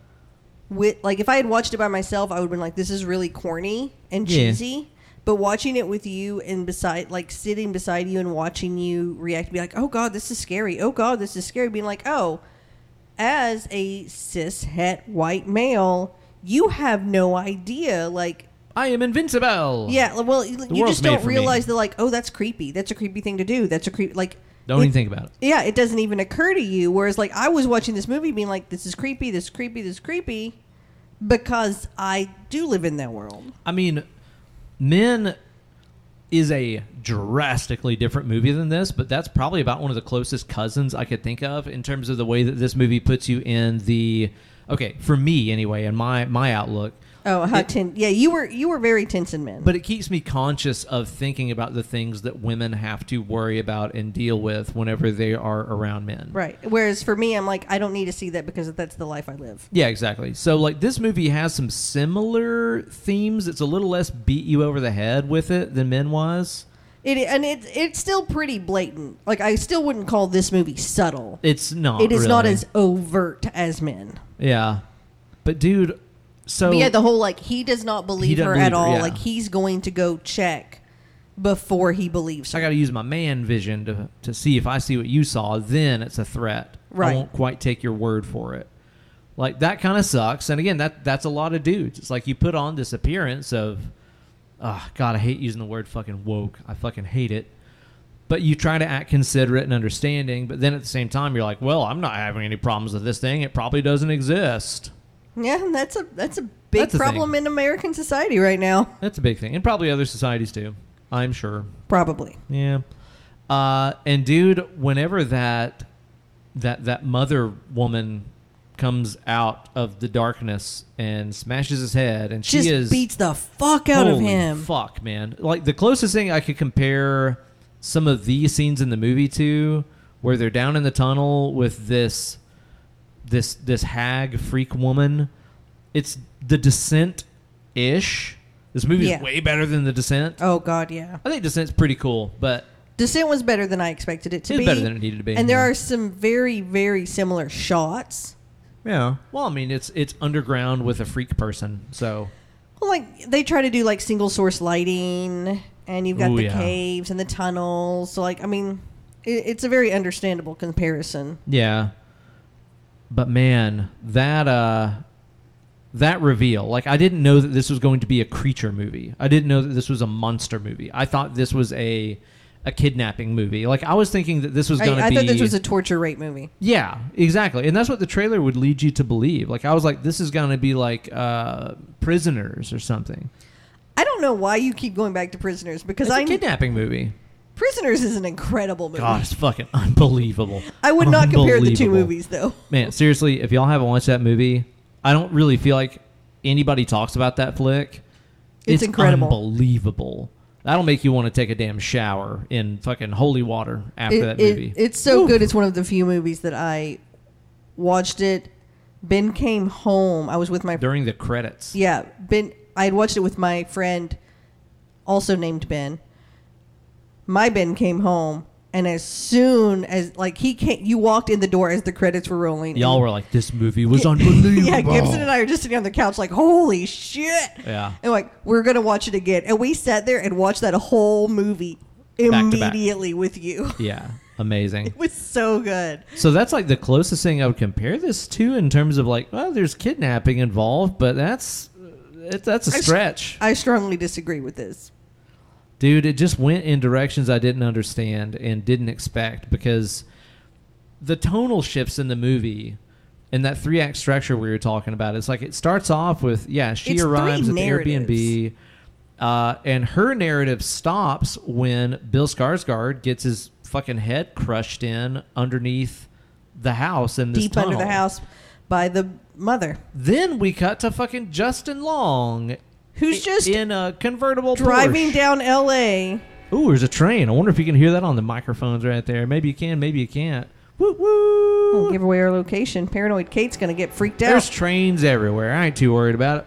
S2: with like if I had watched it by myself, I would have been like, this is really corny and
S1: Yeah.
S2: cheesy. But watching it with you and beside, like sitting beside you and watching you react, be like, oh god, this is scary. Oh god, this is scary. Being like, oh, as a cis het white male, you have no idea, like
S1: I am invincible.
S2: yeah, well, you you
S1: world's
S2: just
S1: made
S2: don't
S1: for me.
S2: realize that, like, oh, that's creepy. That's a creepy thing to do. That's a creep. Like,
S1: Don't
S2: it-
S1: even think about it.
S2: Yeah, it doesn't even occur to you. Whereas, like, I was watching this movie, being like, this is creepy. This is creepy. This is creepy, because I do live in that world.
S1: I mean, Men is a drastically different movie than this, but that's probably about one of the closest cousins I could think of in terms of the way that this movie puts you in the okay, for me anyway, and my my outlook.
S2: Oh, how
S1: It-
S2: tense! Yeah, you were you were very tense in men.
S1: But it keeps me conscious of thinking about the things that women have to worry about and deal with whenever they are around men.
S2: right. Whereas for me, I'm like, I don't need to see that because that's the life I live.
S1: Yeah, exactly. So like this movie has some similar themes. It's a little less beat you over the head with it than Men was.
S2: It and it's it's still pretty blatant. Like, I still wouldn't call this movie subtle.
S1: It's not.
S2: it is not
S1: really.
S2: as overt as men.
S1: Yeah, but dude, so
S2: But yeah, the whole like he does not believe
S1: doesn't
S2: her at
S1: believe her,
S2: all.
S1: yeah.
S2: Like he's going to go check before he believes
S1: I
S2: her.
S1: got to use my man vision to to see if I see what you saw. Then it's a threat.
S2: Right.
S1: I won't quite take your word for it. Like that kind of sucks. And again, that that's a lot of dudes. It's like you put on this appearance of, oh God, I hate using the word fucking woke. I fucking hate it. But you try to act considerate and understanding, but then at the same time you're like, well, I'm not having any problems with this thing. It probably doesn't exist.
S2: Yeah, and that's a that's a big
S1: That's a
S2: problem in American society right now.
S1: That's a big thing, and probably other societies too. I'm sure.
S2: Probably.
S1: Yeah. Uh, and dude, whenever that that that mother woman comes out of the darkness and smashes his head, and she
S2: Just
S1: is
S2: beats the fuck out of
S1: Holy
S2: him.
S1: Fuck, man! Like the closest thing I could compare some of these scenes in the movie to, where they're down in the tunnel with this this this hag freak woman. It's the descent ish. This movie
S2: Yeah.
S1: is way better than The Descent.
S2: Oh God, yeah.
S1: I think Descent's pretty cool, but
S2: Descent was better than I expected it to
S1: It was
S2: be.
S1: better than it needed to be,
S2: And there
S1: yeah.
S2: are some very, very similar shots.
S1: yeah. Well, I mean, it's it's underground with a freak person, so
S2: Well, like they try to do like single source lighting, and you've got
S1: Ooh,
S2: the
S1: yeah.
S2: caves and the tunnels. So, like, I mean, it, it's a very understandable comparison.
S1: yeah. But man, that uh, that reveal, like I didn't know that this was going to be a creature movie. I didn't know that this was a monster movie. I thought this was a a kidnapping movie. Like I was thinking that this was
S2: I,
S1: going to
S2: I
S1: be.
S2: thought this was a torture rape movie.
S1: Yeah, exactly. And that's what the trailer would lead you to believe. Like I was like, this is gonna be like uh prisoners or something.
S2: I don't know why you keep going back to Prisoners because
S1: It's a
S2: I
S1: kidnapping movie.
S2: Prisoners is an incredible movie.
S1: God, it's fucking unbelievable.
S2: I would not compare the two
S1: Unbelievable.
S2: movies though.
S1: Man, seriously, if y'all haven't watched that movie, I don't really feel like anybody talks about that flick.
S2: It's incredible.
S1: Unbelievable. That'll make you want to take a damn shower in fucking holy water after
S2: It-
S1: that
S2: it-
S1: movie.
S2: it's so good. It's one of the few movies that I watched it. Ben came home. I was with my
S1: During the credits.
S2: Yeah, Ben. I had watched it with my friend, also named Ben. My Ben came home, and as soon as like he came, you walked in the door as the credits were rolling.
S1: Y'all were like, this movie was unbelievable.
S2: yeah, Gibson and I are just sitting on the couch like, holy shit!
S1: Yeah.
S2: and like we're gonna watch it again, and we sat there and watched that whole movie
S1: Back to back.
S2: immediately with you.
S1: Yeah, amazing.
S2: It was so good.
S1: So that's like the closest thing I would compare this to in terms of like, well, there's kidnapping involved, but that's it, that's a
S2: I s-
S1: stretch,
S2: I strongly disagree with this.
S1: dude. It just went in directions I didn't understand and didn't expect because the tonal shifts in the movie and that three act structure we were talking about. It's like it starts off with yeah, she
S2: It's three
S1: arrives at the
S2: narratives.
S1: Airbnb. Uh, and her narrative stops when Bill Skarsgård gets his fucking head crushed in underneath the house in this
S2: Deep under the
S1: tunnel.
S2: house by the mother,
S1: Then we cut to fucking Justin Long,
S2: who's
S1: i-
S2: just
S1: in a convertible
S2: driving
S1: Porsche.
S2: down L.A.
S1: Ooh, there's a train. I wonder if you can hear that on the microphones right there. Maybe you can, maybe you can't. Woo
S2: We'll
S1: woo!
S2: give away our location. Paranoid Kate's gonna get freaked out.
S1: There's trains everywhere. I ain't too worried about it.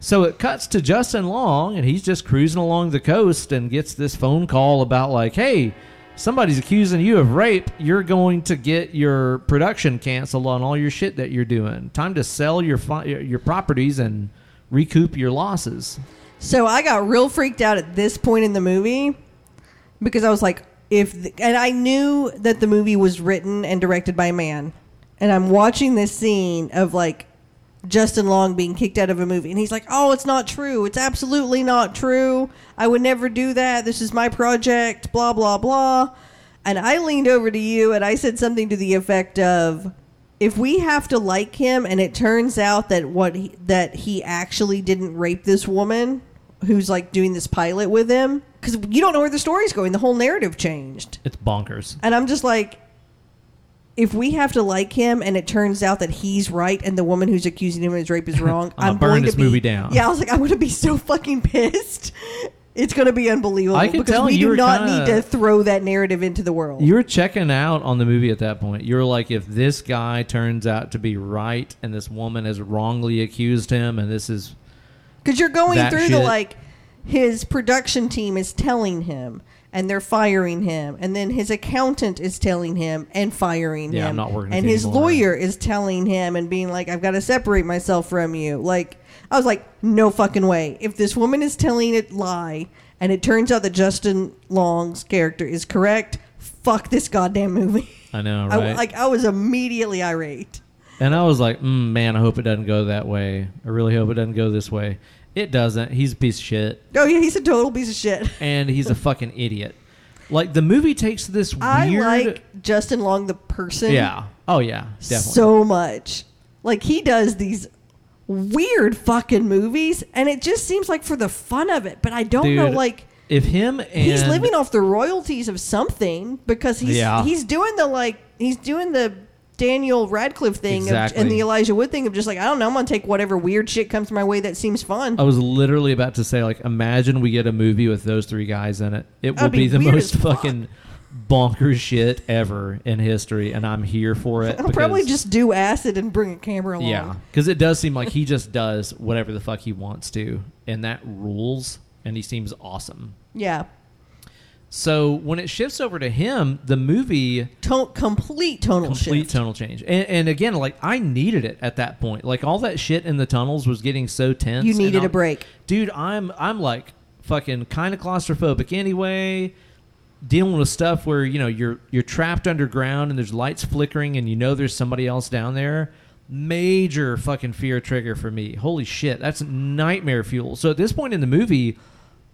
S1: So it cuts to Justin Long, and he's just cruising along the coast and gets this phone call about like, hey. Somebody's accusing you of rape. You're going to get your production canceled on all your shit that you're doing. Time to sell your fi- your properties and recoup your losses.
S2: so I got real freaked out at this point in the movie because I was like, if th- and I knew that the movie was written and directed by a man, and I'm watching this scene of like Justin Long being kicked out of a movie, and he's like, "Oh, it's not true. It's absolutely not true. I would never do that. This is my project." Blah blah blah. And I leaned over to you and I said something to the effect of, "If we have to like him, and it turns out that what he, that he actually didn't rape this woman." Who's like doing this pilot with him? Because you don't know where the story's going. The whole narrative changed.
S1: It's bonkers.
S2: And I'm just like, if we have to like him and it turns out that he's right and the woman who's accusing him of his rape is wrong,
S1: I'ma
S2: I'm,
S1: burn
S2: going
S1: this
S2: to be,
S1: movie down.
S2: Yeah, I was like, I'm going to be so fucking pissed. It's going to be unbelievable
S1: I can
S2: because
S1: tell
S2: we
S1: you
S2: do
S1: were
S2: not
S1: kinda-
S2: need to throw that narrative into the world.
S1: You were checking out on the movie at that point. You were like, if this guy turns out to be right and this woman has wrongly accused him, and this is
S2: Because you're going
S1: that
S2: through the
S1: shit.
S2: like, his production team is telling him, and they're firing him, and then his accountant is telling him and firing
S1: Yeah,
S2: him.
S1: I'm not working with
S2: And
S1: you
S2: his
S1: anymore.
S2: lawyer is telling him and being like, "I've got to separate myself from you." Like, I was like, "No fucking way!" If this woman is telling a lie, and it turns out that Justin Long's character is correct, fuck this goddamn movie.
S1: I know, right?
S2: I, like, I was immediately irate.
S1: and I was like, mm, man, I hope it doesn't go that way. I really hope it doesn't go this way. It doesn't. He's a piece of shit,
S2: Oh yeah, he's a total piece of shit.
S1: and he's a fucking idiot. Like the movie takes this
S2: I
S1: weird,
S2: like Justin Long the person.
S1: yeah, oh yeah, definitely.
S2: so much. Like he does these weird fucking movies, and it just seems like for the fun of it. But I don't know,
S1: Dude,
S2: like
S1: if him and
S2: he's living off the royalties of something because he's
S1: Yeah.
S2: he's doing the like he's doing the Daniel Radcliffe thing of,
S1: Exactly.
S2: and the Elijah Wood thing of just like I don't know, I'm gonna take whatever weird shit comes my way that seems fun.
S1: I was literally about to say, like, imagine we get a movie with those three guys in it. It will
S2: That'd be
S1: be, the
S2: weird
S1: most
S2: as fuck.
S1: fucking bonkers shit ever in history, and I'm here for it.
S2: I'll probably
S1: because-
S2: just do acid and bring a camera along.
S1: yeah, because it does seem like he just does whatever the fuck he wants to, and that rules. And he seems awesome.
S2: Yeah.
S1: So when it shifts over to him, the movie
S2: Ton- complete tonal
S1: complete
S2: shift.
S1: tonal change. And, and again, like I needed it at that point. Like all that shit in the tunnels was getting so tense.
S2: You
S1: and
S2: needed
S1: I'm-
S2: a break.
S1: dude. I'm I'm like fucking kind of claustrophobic anyway. Dealing with stuff where you know you're you're trapped underground and there's lights flickering and you know there's somebody else down there. Major fucking fear trigger for me. Holy shit, that's nightmare fuel. So at this point in the movie.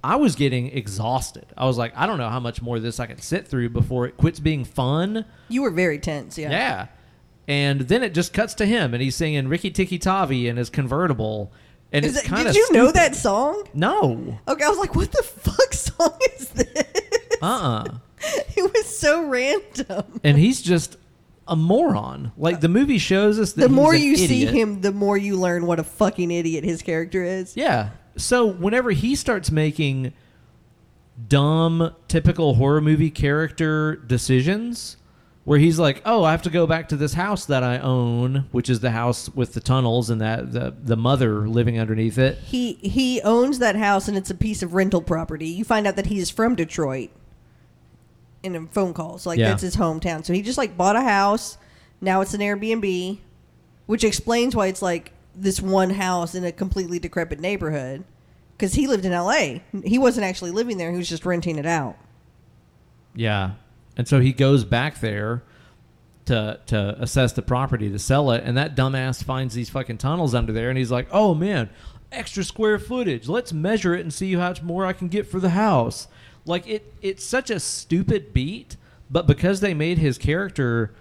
S1: I was getting exhausted. I was like, I don't know how much more of this I can sit through before it quits being fun
S2: you were very tense. Yeah.
S1: yeah. And then it just cuts to him, and he's singing "Ricky Tikki Tavi" in his convertible, and
S2: Is
S1: it's
S2: it-
S1: kind of.
S2: did you know that song?
S1: No.
S2: Okay, I was like, what the fuck song is this?
S1: Uh. uh
S2: It was so random.
S1: And he's just a moron. Like the movie shows us that
S2: The
S1: he's
S2: more
S1: an
S2: you see
S1: idiot.
S2: him, the more you learn what a fucking idiot his character is.
S1: Yeah. So whenever he starts making dumb, typical horror movie character decisions, where he's like, "Oh, I have to go back to this house that I own, which is the house with the tunnels and that the the mother living underneath it."
S2: He he owns that house and it's a piece of rental property. You find out that he is from Detroit in him phone calls. Like
S1: Yeah.
S2: that's his hometown. So he just like bought a house. Now it's an Airbnb, which explains why it's like this one house in a completely decrepit neighborhood. Because he lived in LA. He wasn't actually living there, he was just renting it out.
S1: Yeah. And so he goes back there to to assess the property to sell it, and that dumbass finds these fucking tunnels under there, and he's like, "Oh man, extra square footage. Let's measure it and see how much more I can get for the house." Like it, it's such a stupid beat, but because they made his character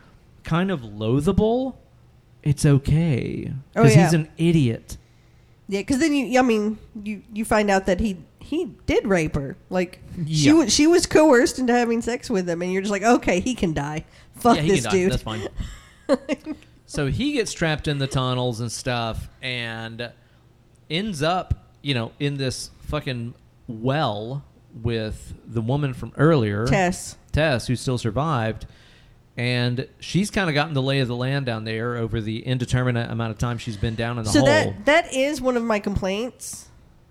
S1: kind of loathable, it's okay
S2: Oh,
S1: because
S2: yeah.
S1: he's an idiot.
S2: Yeah, because then you, I mean, you you find out that he he did rape her. Like she
S1: Yeah.
S2: wa- she was coerced into having sex with him, and you're just like, okay, he can die. Fuck
S1: yeah, he
S2: this
S1: can die.
S2: dude.
S1: That's fine. so he gets trapped in the tunnels and stuff, and ends up, you know, in this fucking well with the woman from earlier,
S2: Tess.
S1: Tess, who still survived. And she's kind of gotten the lay of the land down there over the indeterminate amount of time she's been down in the
S2: So
S1: hole.
S2: that that is one of my complaints,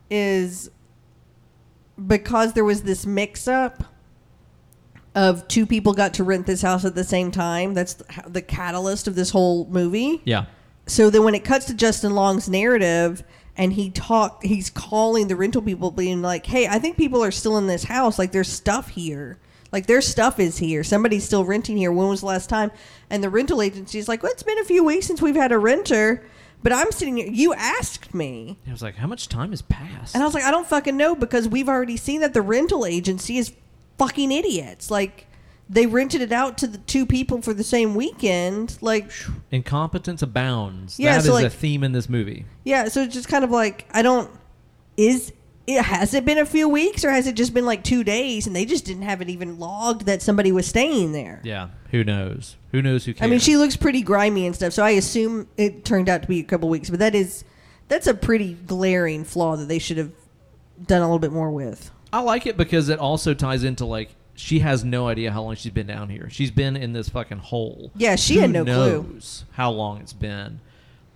S2: is because there was this mix up of two people got to rent this house at the same time. That's the, the catalyst of this whole movie.
S1: yeah.
S2: so then when it cuts to Justin Long's narrative and he talk he's calling the rental people being like, "Hey, I think people are still in this house. Like there's stuff here. Like their stuff is here. Somebody's still renting here. When was the last time?" And the rental agency's like, "Well, it's been a few weeks since we've had a renter, but I'm sitting here. You asked me."
S1: I was like, how much time has passed?
S2: And I was like, "I don't fucking know because we've already seen that the rental agency is fucking idiots. Like they rented it out to the two people for the same weekend. Like
S1: Incompetence abounds.
S2: Yeah,
S1: That is
S2: so, like-
S1: a theme in this movie.
S2: Yeah, so it's just kind of like I don't is it has it been a few weeks or has it just been like two days and they just didn't have it even logged that somebody was staying there.
S1: Yeah. Who knows? Who knows who cares?
S2: I mean, she looks pretty grimy and stuff, so I assume it turned out to be a couple weeks. But that is that's a pretty glaring flaw that they should have done a little bit more with.
S1: I like it because it also ties into like she has no idea how long she's been down here. She's been in this fucking hole.
S2: Yeah, she had no clue.
S1: knows how long it's been.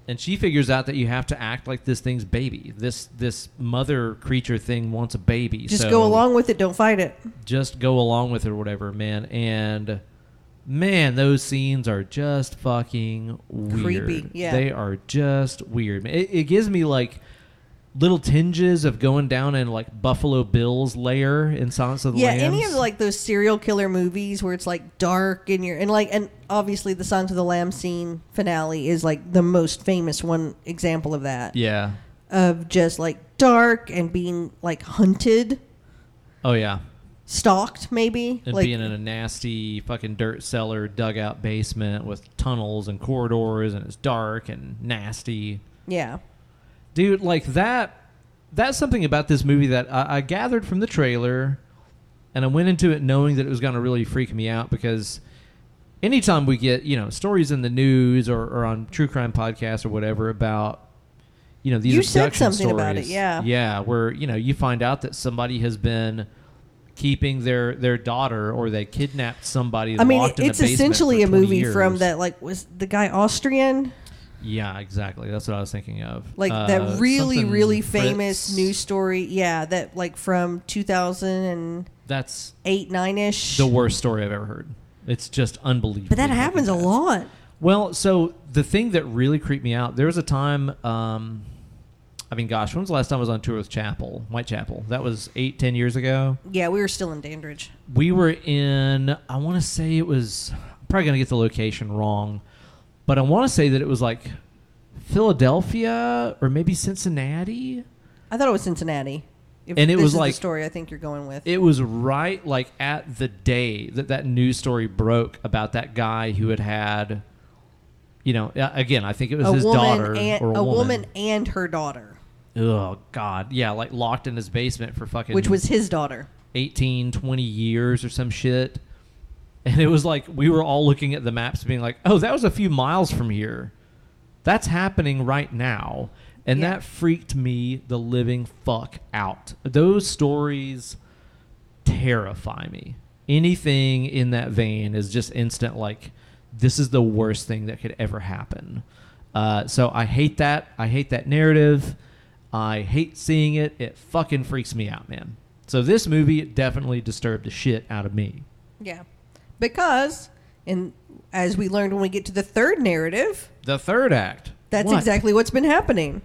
S1: And she figures out that you have to act like this thing's baby. This this mother creature thing wants a baby.
S2: Just
S1: so
S2: go along with it, don't fight it.
S1: Just go along with it or whatever, man. And man, those scenes are just fucking weird.
S2: Creepy, yeah.
S1: They are just weird. It, it gives me like little tinges of going down in like Buffalo Bill's lair in Silence of the
S2: Yeah,
S1: Lambs.
S2: any of like those serial killer movies where it's like dark and you're and like and obviously the Songs of the Lamb scene finale is like the most famous one example of that.
S1: Yeah.
S2: Of just like dark and being like hunted,
S1: Oh yeah.
S2: stalked maybe.
S1: And
S2: like
S1: being in a nasty fucking dirt cellar dugout basement with tunnels and corridors and it's dark and nasty.
S2: Yeah.
S1: dude like that that's something about this movie that I, I gathered from the trailer and i went into it knowing that it was going to really freak me out because anytime we get you know stories in the news or, or on true crime podcasts or whatever about you know these
S2: You said
S1: abduction
S2: something about
S1: stories,
S2: it, yeah.
S1: yeah where you know you find out that somebody has been keeping their their daughter or they kidnapped somebody.
S2: I mean,
S1: locked in the
S2: it's
S1: basement
S2: essentially
S1: for
S2: a movie
S1: 20
S2: from
S1: years.
S2: that. Like, was the guy Austrian?
S1: Yeah, exactly. That's what I was thinking of.
S2: Like
S1: Uh,
S2: that really,
S1: something
S2: really
S1: Fritz-
S2: famous news story. Yeah, that like from two thousand and
S1: That's
S2: eight, nine ish.
S1: the worst story I've ever heard. It's just unbelievable.
S2: But that happens a lot.
S1: Well, so the thing that really creeped me out, there was a time. Um, I mean, gosh, when was the last time I was on tour with Chapel, Whitechapel? That was eight, ten years ago.
S2: Yeah, we were still in Dandridge.
S1: We were in. I want to say it was. I'm probably gonna get the location wrong, but I want to say that it was like Philadelphia or maybe Cincinnati.
S2: I thought it was Cincinnati. If
S1: And it
S2: this
S1: was
S2: is
S1: like-
S2: the story I think you're going with.
S1: It was right like at the day that that news story broke about that guy who had had, you know, uh, again, I think it was
S2: a
S1: his
S2: woman
S1: daughter
S2: and
S1: or
S2: a woman and her daughter,
S1: Oh God, yeah, like locked in his basement for fucking
S2: which was his daughter.
S1: 18, 20 years or some shit. And it was like we were all looking at the maps, being like, "Oh, that was a few miles from here. That's happening right now." And
S2: Yeah.
S1: that freaked me the living fuck out. Those stories terrify me. Anything in that vein is just instant like this is the worst thing that could ever happen. Uh, so I hate that. I hate that narrative. I hate seeing it. It fucking freaks me out, man. So this movie definitely disturbed the shit out of me.
S2: Yeah, because and as we learned when we get to the third narrative,
S1: The third act.
S2: that's
S1: What?
S2: exactly what's been happening.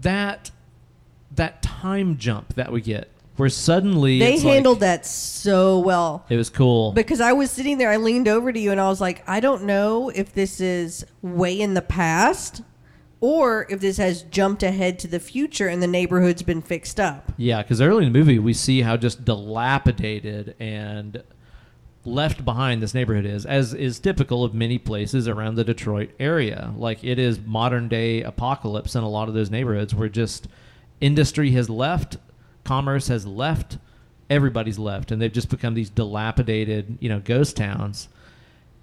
S1: that that time jump that we get where suddenly
S2: They
S1: it's like-
S2: handled that so well.
S1: it was cool.
S2: Because I was sitting there, I leaned over to you and I was like, I don't know if this is way in the past or if this has jumped ahead to the future and the neighborhood's been fixed up.
S1: Yeah, because early in the movie, we see how just dilapidated and left behind this neighborhood is, as is typical of many places around the Detroit area. Like it is modern day apocalypse in a lot of those neighborhoods where just industry has left, commerce has left, everybody's left, and they've just become these dilapidated, you know, ghost towns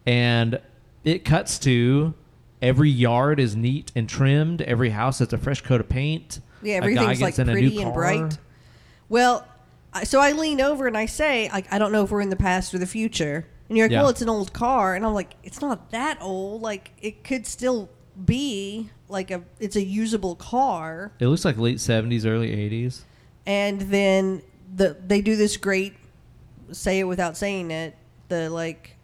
S1: and it cuts to every yard is neat and trimmed. Every house has a fresh coat of paint.
S2: Yeah,
S1: A guy
S2: everything's,
S1: gets
S2: like,
S1: in a new
S2: pretty and
S1: car.
S2: bright. Well, I- so I lean over and I say, like, I don't know if we're in the past or the future. And you're like,
S1: Yeah.
S2: well, it's an old car. And I'm like, it's not that old. Like, it could still be like a, it's a usable car.
S1: It looks like late seventies, early eighties.
S2: and then the they do this great say it without saying it the like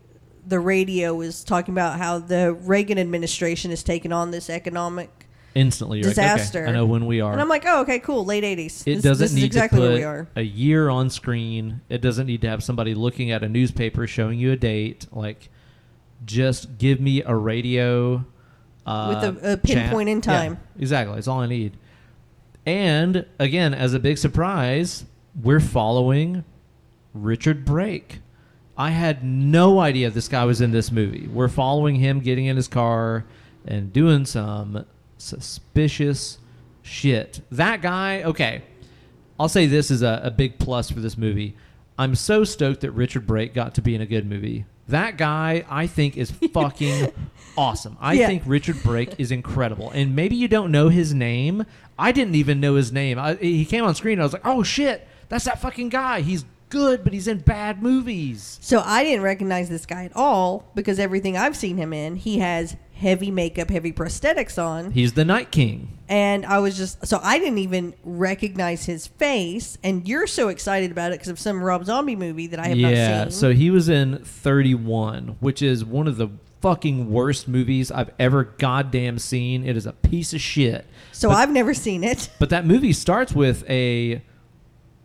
S2: the radio is talking about how the Reagan administration has taken on this economic
S1: Instantly, you're
S2: disaster.
S1: Like, okay, I know when we are.
S2: And I'm like, oh, okay, cool, late 80s.
S1: it
S2: this,
S1: doesn't
S2: this
S1: need
S2: is exactly
S1: to put
S2: where we are.
S1: a year on screen. It doesn't need to have somebody looking at a newspaper showing you a date. Like, just give me a radio uh,
S2: With a- a pinpoint in time.
S1: Yeah, exactly, it's all I need. And again, as a big surprise, we're following Richard Brake. I had no idea this guy was in this movie. We're following him getting in his car and doing some suspicious shit. That guy, okay. I'll say this is a, a big plus for this movie. I'm so stoked that Richard Brake got to be in a good movie. That guy, I think, is fucking awesome. I
S2: Yeah.
S1: think Richard Brake is incredible. And maybe you don't know his name. I didn't even know his name. I, he came on screen. And I was like, oh shit, that's that fucking guy. He's good, but he's in bad movies.
S2: So I didn't recognize this guy at all because everything I've seen him in, he has heavy makeup, heavy prosthetics on.
S1: He's the Night King.
S2: and I was just so I didn't even recognize his face. And you're so excited about it because of some Rob Zombie movie that I have
S1: yeah.
S2: not seen.
S1: So he was in 31, which is one of the fucking worst movies I've ever goddamn seen. It is a piece of shit.
S2: so I've never seen it.
S1: But that movie starts with a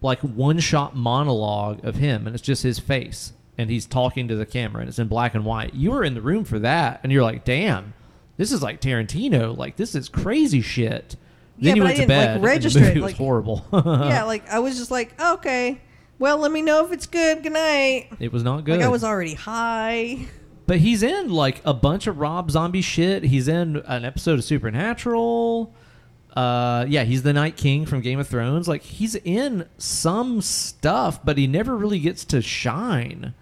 S1: like one shot monologue of him, and it's just his face, and he's talking to the camera, and it's in black and white. You were in the room for that, and you're like, damn, this is like Tarantino. Like this is crazy shit.
S2: Yeah,
S1: Then you went
S2: but I
S1: to
S2: didn't, like,
S1: bed. and
S2: register
S1: the
S2: it,
S1: movie was
S2: like-
S1: horrible.
S2: yeah, like I was just like, okay, well, let me know if it's good. Good night.
S1: it was not good.
S2: Like I was already high.
S1: But he's in like a bunch of Rob Zombie shit. He's in an episode of Supernatural. Uh, yeah, he's the Night King from Game of Thrones. Like he's in some stuff, but he never really gets to shine.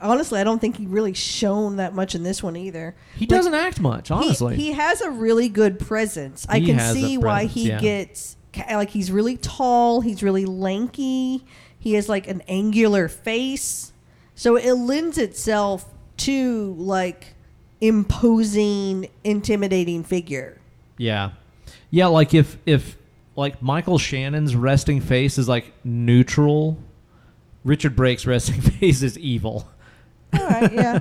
S2: Honestly, I don't think he really shone that much in this one either.
S1: He
S2: Like,
S1: doesn't act much,
S2: he-
S1: honestly.
S2: he, has a really good presence. I
S1: He
S2: can
S1: has a
S2: see why
S1: presence,
S2: he
S1: yeah.
S2: gets ca- like he's really tall. He's really lanky. He has like an angular face. So it lends itself to like imposing, intimidating figure.
S1: Yeah. Yeah, like if if like Michael Shannon's resting face is like neutral, Richard Brake's resting face is evil.
S2: All right, yeah.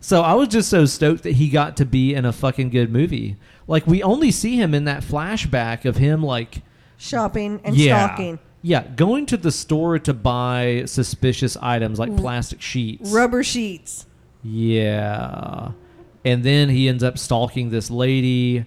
S1: So I was just so stoked that he got to be in a fucking good movie. Like we only see him in that flashback of him like
S2: Shopping and
S1: yeah.
S2: stalking.
S1: Yeah, going to the store to buy suspicious items
S2: Mm.
S1: like plastic sheets.
S2: Rubber sheets.
S1: Yeah. And then he ends up stalking this lady,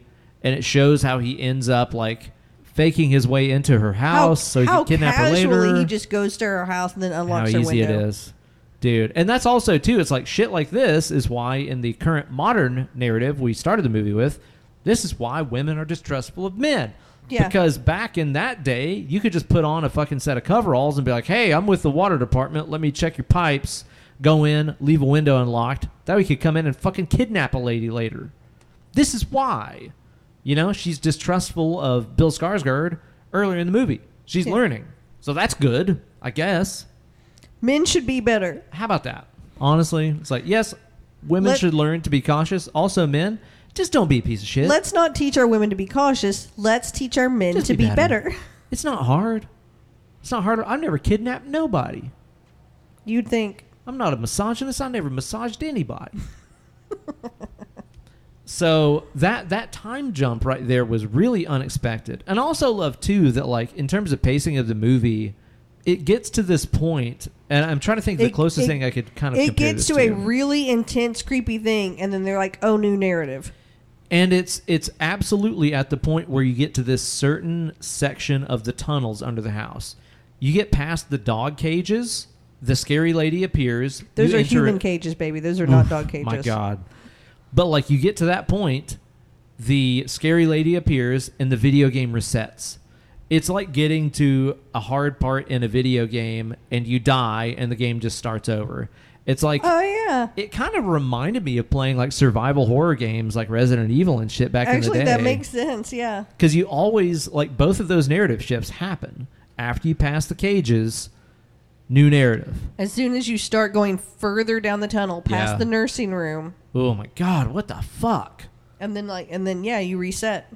S1: and it shows how he ends up like faking his way into her house so he
S2: how
S1: can kidnap her
S2: casually
S1: later.
S2: he just goes to her house and then
S1: how
S2: unlocks
S1: easy
S2: her window.
S1: it is. Dude. And that's also too, it's like shit like this is why in the current modern narrative we started the movie with, this is why women are distrustful of men.
S2: Yeah.
S1: Because back in that day, you could just put on a fucking set of coveralls and be like, Hey, I'm with the water department, let me check your pipes, go in, leave a window unlocked. That we could come in and fucking kidnap a lady later. This is why. You know, she's distrustful of Bill Skarsgård earlier in the movie. She's
S2: Yeah.
S1: learning. So that's good, I guess.
S2: Men should be better.
S1: How about that? Honestly, it's like yes, women
S2: Let-
S1: should learn to be cautious. Also, men just don't be a piece of shit.
S2: Let's not teach our women to be cautious. Let's teach our men
S1: Just
S2: to
S1: be
S2: be
S1: better.
S2: better.
S1: it's not hard. It's not hard. I've never kidnapped nobody.
S2: You'd think
S1: I'm not a misogynist. I never massaged anybody. so that that time jump right there was really unexpected, and I also love too that like in terms of pacing of the movie, it gets to this point, and I'm trying to think of
S2: It-
S1: the closest
S2: it-
S1: thing I could kind of
S2: it
S1: compare
S2: gets
S1: this
S2: to a really intense, creepy thing, and then they're like, "Oh, new narrative."
S1: and it's it's absolutely at the point where you get to this certain section of the tunnels under the house. You get past the dog cages, the scary lady appears.
S2: Those
S1: you
S2: are
S1: enter
S2: human
S1: it-
S2: cages, baby. Those are not dog cages.
S1: My God! But like you get to that point, the scary lady appears and the video game resets. It's like getting to a hard part in a video game and you die and the game just starts over. It's like
S2: Oh yeah.
S1: it kind of reminded me of playing like survival horror games like Resident Evil and shit back in the
S2: Actually,
S1: day.
S2: that makes sense. Yeah.
S1: because you always like both of those narrative shifts happen after you pass the cages. New narrative.
S2: As soon as you start going further down the tunnel, past
S1: Yeah.
S2: the nursing room,
S1: Oh my god, what the fuck?
S2: and then like, and then yeah, you reset.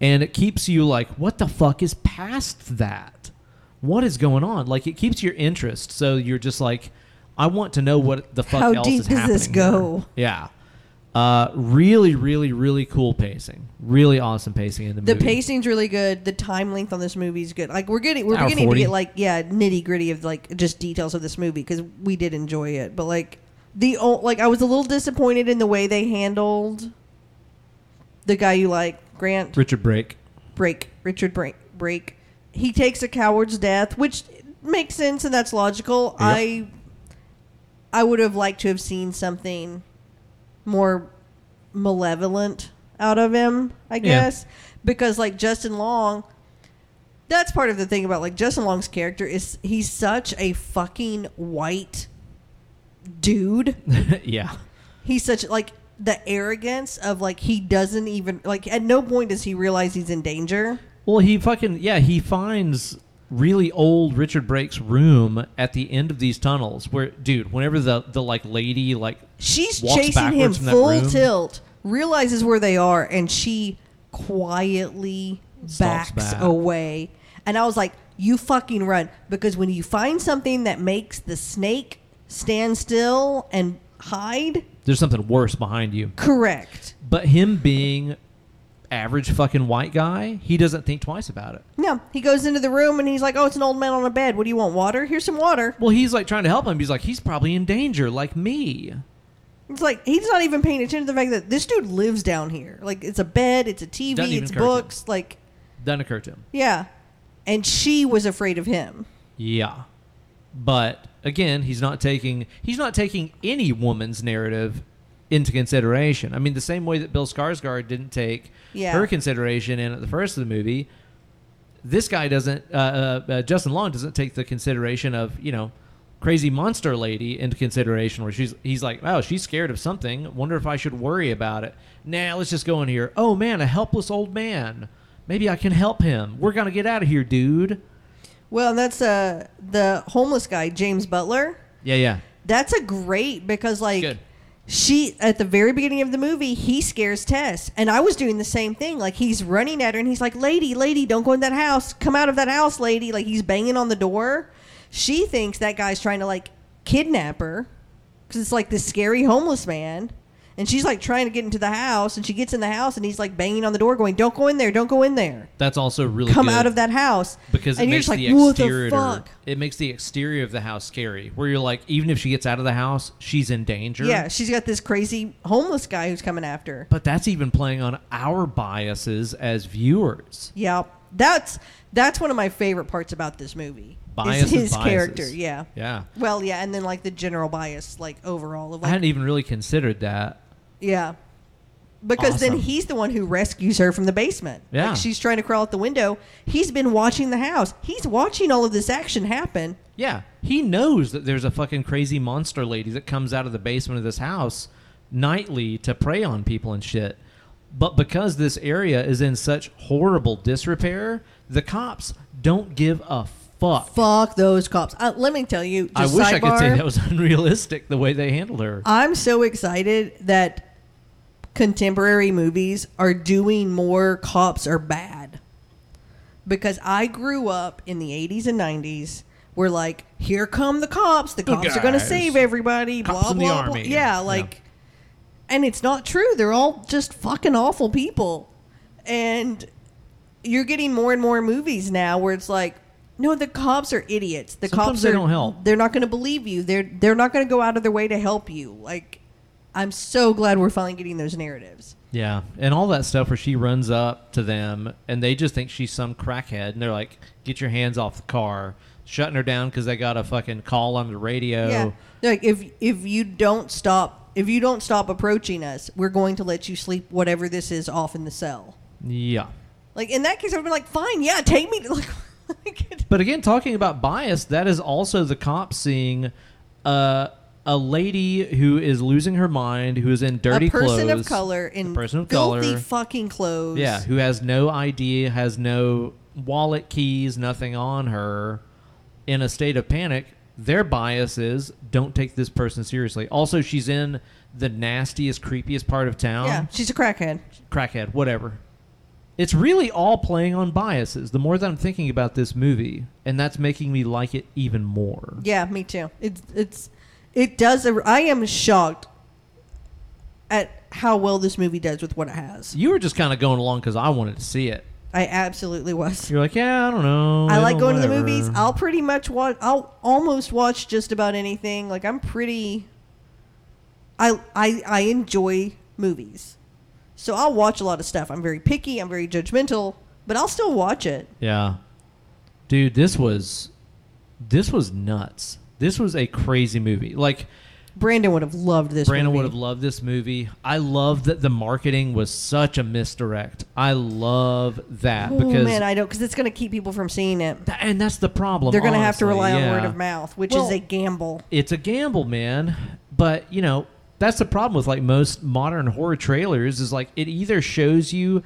S1: And it keeps you like, what the fuck is past that? What is going on? Like it keeps your interest, so you're just like, I want to know what the fuck
S2: How
S1: else
S2: deep
S1: is
S2: does
S1: happening.
S2: this go?
S1: here. Yeah. Uh, really, really, really cool pacing. Really awesome pacing in the,
S2: The
S1: movie.
S2: pacing's really good. The time length on this movie is good. Like we're getting, we're
S1: Hour
S2: beginning
S1: 40.
S2: to get like yeah, nitty gritty of like just details of this movie because we did enjoy it. But like the o- like I was a little disappointed in the way they handled the guy you like, Grant
S1: Richard Brake.
S2: Break Richard Break Break. He takes a coward's death, which makes sense and that's logical.
S1: Yep.
S2: I I would have liked to have seen something more malevolent out of him, I guess, because like Justin Long that's part of the thing about like Justin Long's character is he's such a fucking white dude
S1: yeah.
S2: he's such like the arrogance of like he doesn't even like at no point does he realize he's in danger
S1: Well, he fucking yeah, he finds really old Richard Brake's room at the end of these tunnels where dude, whenever the the like lady like
S2: she's
S1: Walks
S2: chasing him
S1: backwards from that
S2: full
S1: room.
S2: tilt realizes where they are and she quietly
S1: Stalks
S2: backs
S1: back.
S2: away and i was like you fucking run because when you find something that makes the snake stand still and hide
S1: there's something worse behind you.
S2: correct
S1: But him being average fucking white guy, he doesn't think twice about it.
S2: no he goes into the room and he's like oh it's an old man on a bed what do you want water here's some water
S1: Well, he's like trying to help him. He's like he's probably in danger like me.
S2: It's like he's not even paying attention to the fact that this dude lives down here. Like it's a bed, it's a
S1: Doesn't
S2: TV,
S1: even
S2: it's
S1: occur to him.
S2: books. Like
S1: Doesn't occur to him.
S2: yeah, and she was afraid of him.
S1: Yeah. But again, he's not taking he's not taking any woman's narrative into consideration. I mean, the same way that Bill Skarsgård didn't take
S2: Yeah.
S1: her consideration in at the first of the movie, this guy doesn't. Uh, uh, uh, Justin Long doesn't take the consideration of you know crazy monster lady into consideration where she's he's like oh she's scared of something wonder if i should worry about it nah let's just go in here oh man a helpless old man maybe i can help him we're gonna get out of here dude
S2: Well, that's uh the homeless guy James Butler.
S1: Yeah, yeah.
S2: That's a great because like
S1: Good.
S2: she at the very beginning of the movie he scares Tess and I was doing the same thing like he's running at her and he's like lady lady don't go in that house come out of that house lady like he's banging on the door she thinks that guy's trying to like kidnap her because it's like this scary homeless man and she's like trying to get into the house and she gets in the house and he's like banging on the door going don't go in there don't go in there
S1: That's also really
S2: come
S1: good
S2: out of that house
S1: because it
S2: and you're
S1: makes
S2: just like
S1: the
S2: what
S1: exterior
S2: the fuck
S1: it makes the exterior of the house scary. Where you're like, even if she gets out of the house, she's in danger.
S2: Yeah, she's got this crazy homeless guy who's coming after. her.
S1: But that's even playing on our biases as viewers.
S2: Yeah, that's that's one of my favorite parts about this movie. is
S1: Biases,
S2: his
S1: biases.
S2: character. Yeah.
S1: Yeah.
S2: Well, yeah, and then like the general bias, like overall
S1: I
S2: of like,
S1: hadn't even really considered that.
S2: yeah, because then
S1: Awesome.
S2: he's the one who rescues her from the basement.
S1: Yeah.
S2: like, she's trying to crawl out the window. He's been watching the house. He's watching all of this action happen.
S1: Yeah, he knows that there's a fucking crazy monster lady that comes out of the basement of this house nightly to prey on people and shit. But because this area is in such horrible disrepair, the cops don't give a fuck.
S2: Fuck those cops! Uh, let me tell you.
S1: I
S2: just
S1: wish I could say
S2: sidebar. Uh,
S1: that was unrealistic the way they handled her.
S2: I'm so excited that contemporary movies are doing more cops are bad. Because I grew up in the 80s and 90s where like here come the cops, the
S1: Good
S2: cops are going to
S1: guys.
S2: save everybody,
S1: Cops
S2: blah
S1: in the
S2: blah blah.
S1: army.
S2: Yeah,
S1: Yeah.
S2: like and it's not true. They're all just fucking awful people. And you're getting more and more movies now where it's like no, the cops are idiots. The
S1: Sometimes
S2: cops
S1: they
S2: are,
S1: don't help.
S2: They're not going to believe you. They're they're not going to go out of their way to help you. Like, I'm so glad we're finally getting those narratives.
S1: Yeah, and all that stuff where she runs up to them and they just think she's some crackhead and they're like, "Get your hands off the car," shutting her down because they got a fucking call on the radio.
S2: Yeah. They're Like if if you don't stop if you don't stop approaching us, we're going to let you sleep whatever this is off in the cell.
S1: yeah.
S2: Like in that case, I've been like, fine, yeah, take me. To, like, like,
S1: But again, talking about bias, that is also the cop seeing uh, a lady who is losing her mind, who is in dirty
S2: a person
S1: clothes,
S2: of color in
S1: a person of
S2: filthy
S1: color,
S2: fucking clothes.
S1: yeah, who has no ID, has no wallet, keys, nothing on her, in a state of panic. Their bias is don't take this person seriously. Also, she's in the nastiest, creepiest part of town
S2: yeah, she's a crackhead.
S1: crackhead, whatever. It's really all playing on biases. The more that I'm thinking about this movie, and that's making me like it even more.
S2: Yeah, me too. It's it's it does. I am shocked at how well this movie does with what it has.
S1: You were just kind of going along because I wanted to see it.
S2: I absolutely was.
S1: You're like, yeah, I don't know.
S2: I
S1: you
S2: like
S1: know,
S2: going to the
S1: whatever."
S2: movies. I'll pretty much watch. I'll almost watch just about anything. Like I'm pretty. I I I enjoy movies, so I'll watch a lot of stuff. I'm very picky. I'm very judgmental, but I'll still watch it.
S1: yeah, dude, this was, this was nuts. This was a crazy movie. Like
S2: Brandon would have loved this.
S1: Brandon
S2: movie.
S1: would have loved this movie. I love that the marketing was such a misdirect. I love that
S2: Oh,
S1: because,
S2: man, I don't because it's going to keep people from seeing it.
S1: Th- and that's the problem.
S2: They're going to have to
S1: honestly,
S2: rely on
S1: yeah.
S2: word of mouth, which
S1: Well-
S2: is a gamble.
S1: it's a gamble, man. But you know, that's the problem with like most modern horror trailers is like it either shows you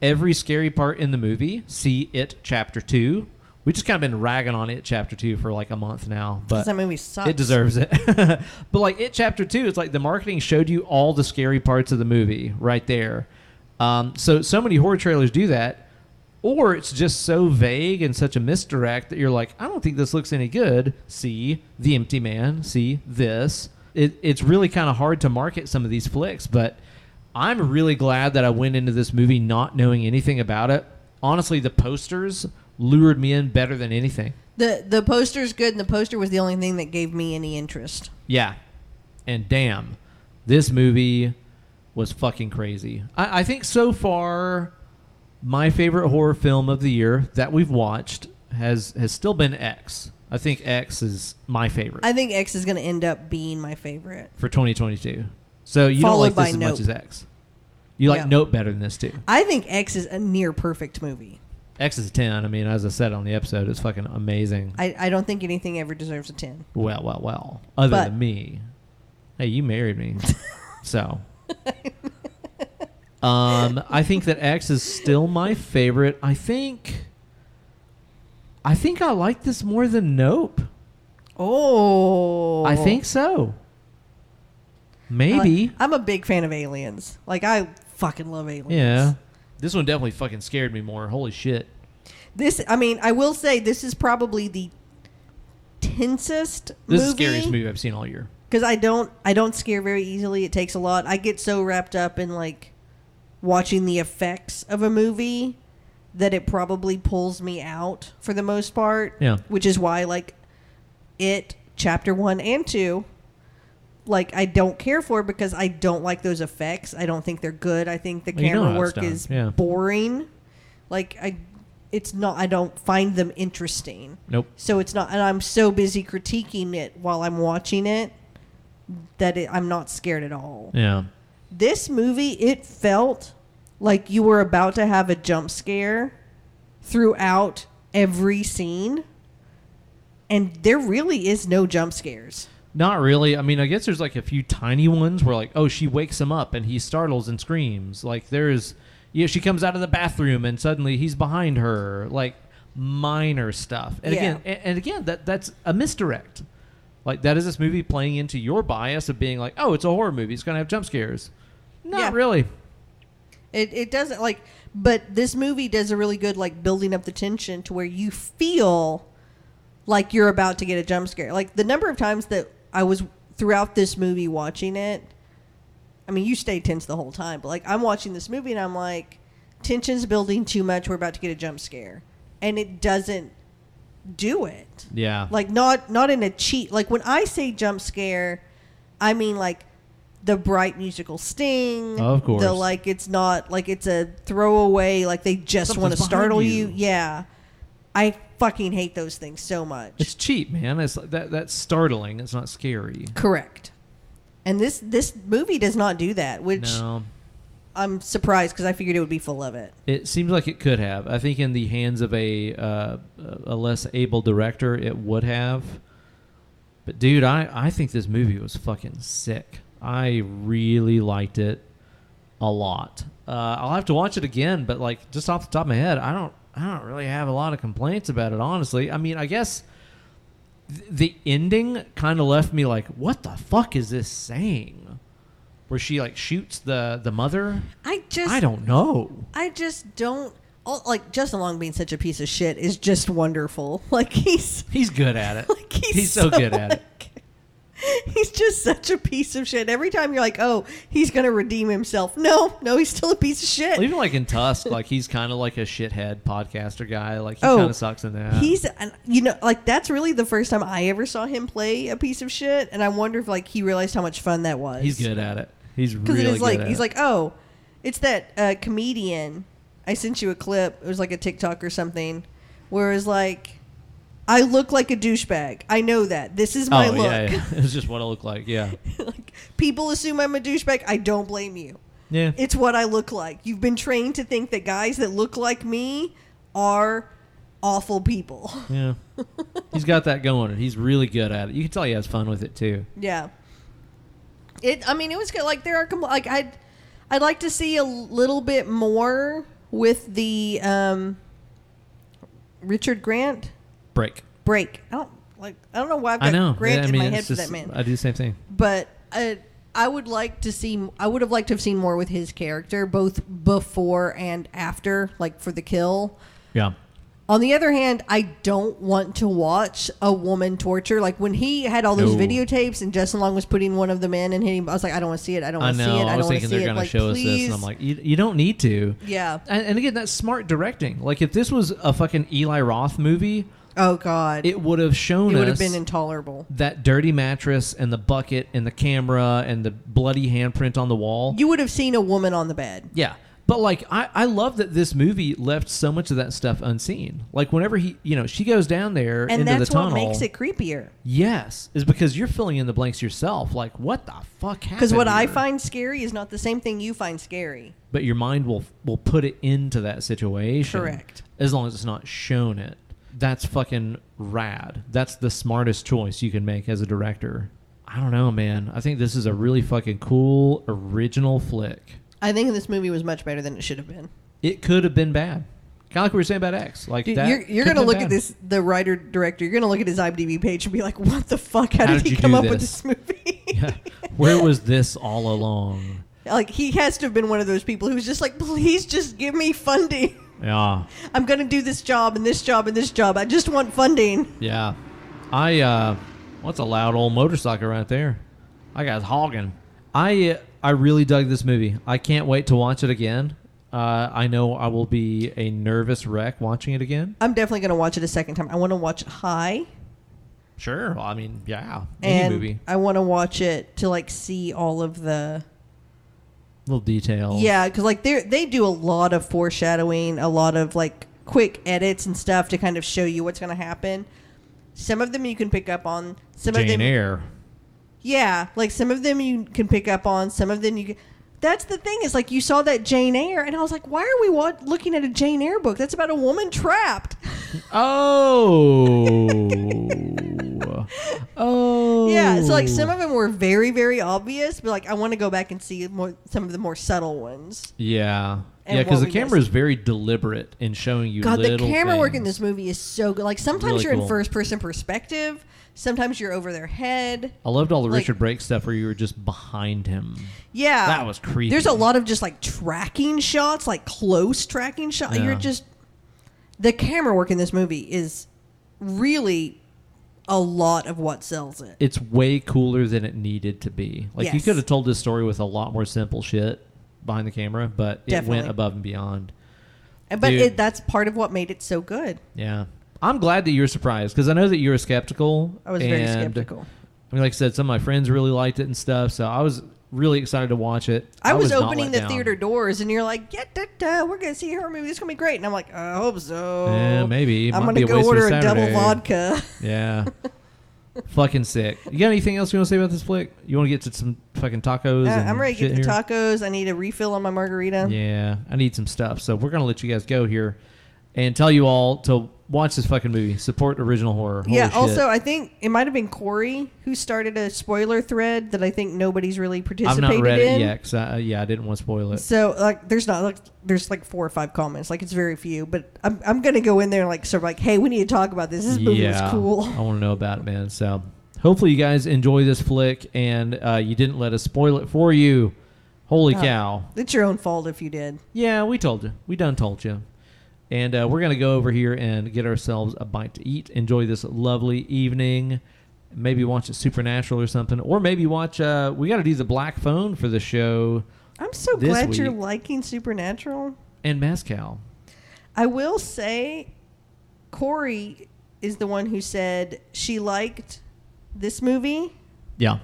S1: every scary part in the movie, see it chapter two. We just kind of been ragging on it chapter two for like a month now, but
S2: 'Cause that movie sucks.
S1: it deserves it. but like it chapter two, it's like the marketing showed you all the scary parts of the movie right there. Um, so so many horror trailers do that, or it's just so vague and such a misdirect that you're like, I don't think this looks any good. See the empty man. See this. It, it's really kind of hard to market some of these flicks, but I'm really glad that I went into this movie not knowing anything about it. Honestly, the posters lured me in better than anything.
S2: The the poster's good, and the poster was the only thing that gave me any interest.
S1: Yeah. And damn, this movie was fucking crazy. I, I think so far, my favorite horror film of the year that we've watched has has still been X. I think X is my favorite
S2: I think X is going to end up being my favorite.
S1: for 2022. So you don't
S2: Followed
S1: like
S2: by
S1: this as
S2: Nope.
S1: much as X. You like
S2: Yeah.
S1: Nope better than this too.
S2: I think X is a near perfect movie.
S1: X is a 10. I mean, as I said on the episode, it's fucking amazing.
S2: I, I don't think anything ever deserves a ten.
S1: Well, well, well. Other
S2: But-
S1: than me, hey, you married me, so. Um, I think that X is still my favorite. I think I think I like this more than Nope.
S2: Oh,
S1: I think so. Maybe.
S2: Like, I'm a big fan of aliens. Like I fucking love aliens.
S1: yeah. This one definitely fucking scared me more. Holy shit.
S2: This, I mean, I will say this is probably the tensest
S1: This
S2: movie.
S1: is the scariest movie I've seen all year.
S2: because I don't I don't scare very easily. It takes a lot. I get so wrapped up in like watching the effects of a movie that it probably pulls me out for the most part.
S1: Yeah.
S2: Which is why like it chapter 1 and 2 like I don't care for because I don't like those effects. I don't think they're good. I think the
S1: Well, you know
S2: camera
S1: how it's
S2: work
S1: done.
S2: is
S1: Yeah.
S2: boring. Like I it's not I don't find them interesting.
S1: Nope.
S2: So it's not, and I'm so busy critiquing it while I'm watching it that it, I'm not scared at all.
S1: Yeah.
S2: This movie, it felt like you were about to have a jump scare throughout every scene, and there really is no jump scares.
S1: Not really. I mean, I guess there's like a few tiny ones where like, oh, she wakes him up and he startles and screams. Like there's yeah, she comes out of the bathroom and suddenly he's behind her. Like minor stuff. And
S2: Yeah.
S1: again and, and again that that's a misdirect. Like that is this movie playing into your bias of being like, oh, it's a horror movie, it's gonna have jump scares. Not
S2: Yeah.
S1: really.
S2: It it doesn't like, but this movie does a really good like building up the tension to where you feel like you're about to get a jump scare. Like the number of times that I was throughout this movie watching it, I mean, you stay tense the whole time. But like I'm watching this movie and I'm like, tension's building too much. We're about to get a jump scare, and it doesn't do it
S1: Yeah.
S2: like not not in a cheat like when i say jump scare i mean like the bright musical sting
S1: Of course.
S2: the like it's not like it's a throwaway like they just want to
S1: Something's behind
S2: startle you.
S1: you.
S2: yeah i fucking hate those things so much
S1: it's cheap, man. It's that that's startling. It's not scary.
S2: correct and this this movie does not do that which
S1: No.
S2: i'm surprised because i figured it would be full of it
S1: It seems like it could have. I think in the hands of a uh, a less able director, it would have. But dude, I I think this movie was fucking sick. I really liked it a lot. Uh, I'll have to watch it again, but like just off the top of my head, I don't I don't really have a lot of complaints about it. Honestly, I mean, I guess th- the ending kind of left me like, what the fuck is this saying? Where she like shoots the the mother?
S2: i just
S1: I don't know.
S2: I just don't all, like Justin Long being such a piece of shit is just wonderful. Like he's
S1: He's good at it.
S2: like he's,
S1: so, good at it.
S2: like, He's just such a piece of shit. Every time you're like, "Oh, he's going to redeem himself." No, no, he's still a piece of shit.
S1: Even like in Tusk, like he's kind of like a shithead podcaster guy. Like he
S2: Oh,
S1: kind of sucks in that.
S2: He's and, you know, like that's really the first time I ever saw him play a piece of shit, and I wonder if like he realized how much fun that was.
S1: he's good at it. He's
S2: because
S1: really
S2: it is
S1: good
S2: like
S1: at
S2: he's
S1: it.
S2: like oh it's that uh, comedian i sent you a clip it was like a tiktok or something where it was like i look like a douchebag i know that this is my
S1: oh
S2: look
S1: yeah, yeah. it's just what I look like. Yeah,
S2: like, people assume i'm a douchebag i don't blame you
S1: yeah.
S2: it's what i look like you've been trained to think that guys that look like me are awful people
S1: yeah, he's got that going, and he's really good at it. You can tell he has fun with it too.
S2: Yeah. It. I mean, it was good. Like there are compl- like I, would I'd like to see a little bit more with the um, Richard Grant
S1: Break.
S2: break. I don't like. I don't know why I've got
S1: I know.
S2: Grant
S1: Yeah, I
S2: in
S1: mean,
S2: my head
S1: it's
S2: for
S1: just-
S2: that man.
S1: I do the same thing.
S2: but I, I would like to see. I would have liked to have seen more with his character, both before and after, like for the kill.
S1: Yeah.
S2: On the other hand, I don't want to watch a woman torture. Like when he had all those
S1: No.
S2: videotapes and Justin Long was putting one of them in and hitting, I was like, I don't want to see it. I don't
S1: I
S2: want to
S1: know.
S2: see it.
S1: I, was
S2: I, don't want
S1: thinking
S2: to see
S1: they're
S2: it.
S1: going
S2: Like,
S1: to show us this,
S2: please.
S1: and I'm like, you, you don't need to.
S2: yeah.
S1: And, and again, that's smart directing. Like if this was a fucking Eli Roth movie,
S2: Oh God, it,
S1: it would have shown
S2: would have
S1: us
S2: been intolerable.
S1: that dirty mattress and the bucket and the camera and the bloody handprint on the wall.
S2: You would have seen a woman on the bed.
S1: yeah. But like I, I love that this movie left so much of that stuff unseen. Like whenever he you know, she goes down there
S2: And
S1: into
S2: that's
S1: the
S2: what
S1: tunnel.
S2: makes it creepier.
S1: Yes. Is because you're filling in the blanks yourself. Like what the fuck happened?
S2: Because what I
S1: here?
S2: find scary is not the same thing you find scary.
S1: but your mind will will put it into that situation.
S2: Correct.
S1: As long as it's not shown it. That's fucking rad. That's the smartest choice you can make as a director. I don't know, man. I think this is a really fucking cool original flick.
S2: I think this movie was much better than it should have been.
S1: It could have been bad. Kind of like we were saying about X. Like
S2: Dude,
S1: that.
S2: you're you're
S1: couldn't
S2: gonna
S1: have
S2: look
S1: been.
S2: at this the writer director. You're gonna look at his IMDb page and be like, "What the fuck? How,
S1: How
S2: did
S1: did
S2: he
S1: you
S2: come
S1: do
S2: up with
S1: this?"
S2: this movie?"
S1: Where was this all along?
S2: like he has to have been one of those people who's just like, "Please, just give me funding.
S1: Yeah.
S2: I'm gonna do this job and this job and this job. I just want funding."
S1: Yeah. I uh what's a loud old motorcycle right there? I got hogging. I I really dug this movie. I can't wait to watch it again. Uh, I know I will be a nervous wreck watching it again.
S2: I'm definitely gonna watch it a second time. I want to watch it high,
S1: Sure. I mean, yeah. Any
S2: and
S1: movie.
S2: I want to watch it to like see all of the
S1: Little details.
S2: Yeah, because like they they do a lot of foreshadowing, a lot of like quick edits and stuff to kind of show you what's going to happen. Some of them you can pick up on. Some of
S1: Jane
S2: them,
S1: Eyre.
S2: yeah, like some of them you can pick up on. Some of them you. Can, that's the thing is like you saw that Jane Eyre, and I was like, why are we wa- looking at a Jane Eyre book? That's about a woman trapped.
S1: Oh. oh.
S2: Yeah, so like some of them were very very obvious, but like I want to go back and see more some of the more subtle ones.
S1: Yeah. yeah,
S2: And what
S1: because the
S2: we
S1: camera is very deliberate in showing you.
S2: God, the
S1: little
S2: camera work
S1: things.
S2: in this movie is so good. Like sometimes
S1: Really
S2: you're
S1: cool.
S2: in first person perspective, sometimes you're over their head.
S1: I loved all the
S2: like-
S1: Richard Brake stuff where you were just behind him.
S2: Yeah,
S1: That was creepy.
S2: There's a lot of just like tracking shots, like close tracking shots.
S1: Yeah.
S2: You're just the camera work in this movie is really a lot of what sells it.
S1: It's way cooler than it needed to be. Like you
S2: Yes.
S1: could have told this story with a lot more simple shit behind the camera, but it went
S2: Definitely.
S1: above and beyond.
S2: And- but
S1: dude.
S2: it, that's part of what made it so good.
S1: Yeah. I'm glad that you were surprised because I know that you were skeptical.
S2: I was very
S1: and-
S2: skeptical.
S1: I mean, like I said, some of my friends really liked it and stuff, so I was really excited to watch it.
S2: I, was,
S1: not
S2: opening
S1: let
S2: the
S1: down.
S2: theater doors, and you're like, "Yeah, da, da, we're gonna see a horror movie. It's gonna be great." And I'm like, "I hope so."
S1: Yeah, Eh, maybe. It
S2: I'm
S1: might
S2: gonna
S1: be a
S2: go
S1: waste of
S2: order a double
S1: Saturday.
S2: vodka.
S1: Yeah. fucking sick. You got anything else you want to say about this flick? You want to get to some fucking tacos?
S2: Uh,
S1: and
S2: I'm ready to get
S1: shit
S2: the
S1: here?
S2: tacos. I need a refill on my margarita.
S1: Yeah, I need some stuff. So we're gonna let you guys go here, and tell you all to watch this fucking movie. Support original horror. Holy
S2: Yeah,
S1: shit.
S2: also, I think it might have been Corey who started a spoiler thread that I think nobody's really
S1: I've
S2: participated
S1: not read
S2: in.
S1: it yet. 'cause I, uh, yeah, I didn't want to spoil it.
S2: So like, there's not like there's like four or five comments. Like it's very few, but I'm I'm gonna go in there and like sort of like, hey, we need to talk about this. This movie
S1: yeah,
S2: was cool.
S1: I want to know about it, man. So hopefully you guys enjoy this flick, and uh, you didn't let us spoil it for you.
S2: Oh.
S1: Holy cow!
S2: It's your own fault if you did.
S1: Yeah, we told you. We done told you. And uh, we're going to go over here and get ourselves a bite to eat. Enjoy this lovely evening. Maybe watch it Supernatural or something. Or maybe watch, uh, we got to do the Black Phone for the show
S2: I'm so
S1: This
S2: glad you're
S1: week-
S2: liking Supernatural.
S1: and Mezcal.
S2: I will say, Corey is the one who said she liked this movie,
S1: Yeah.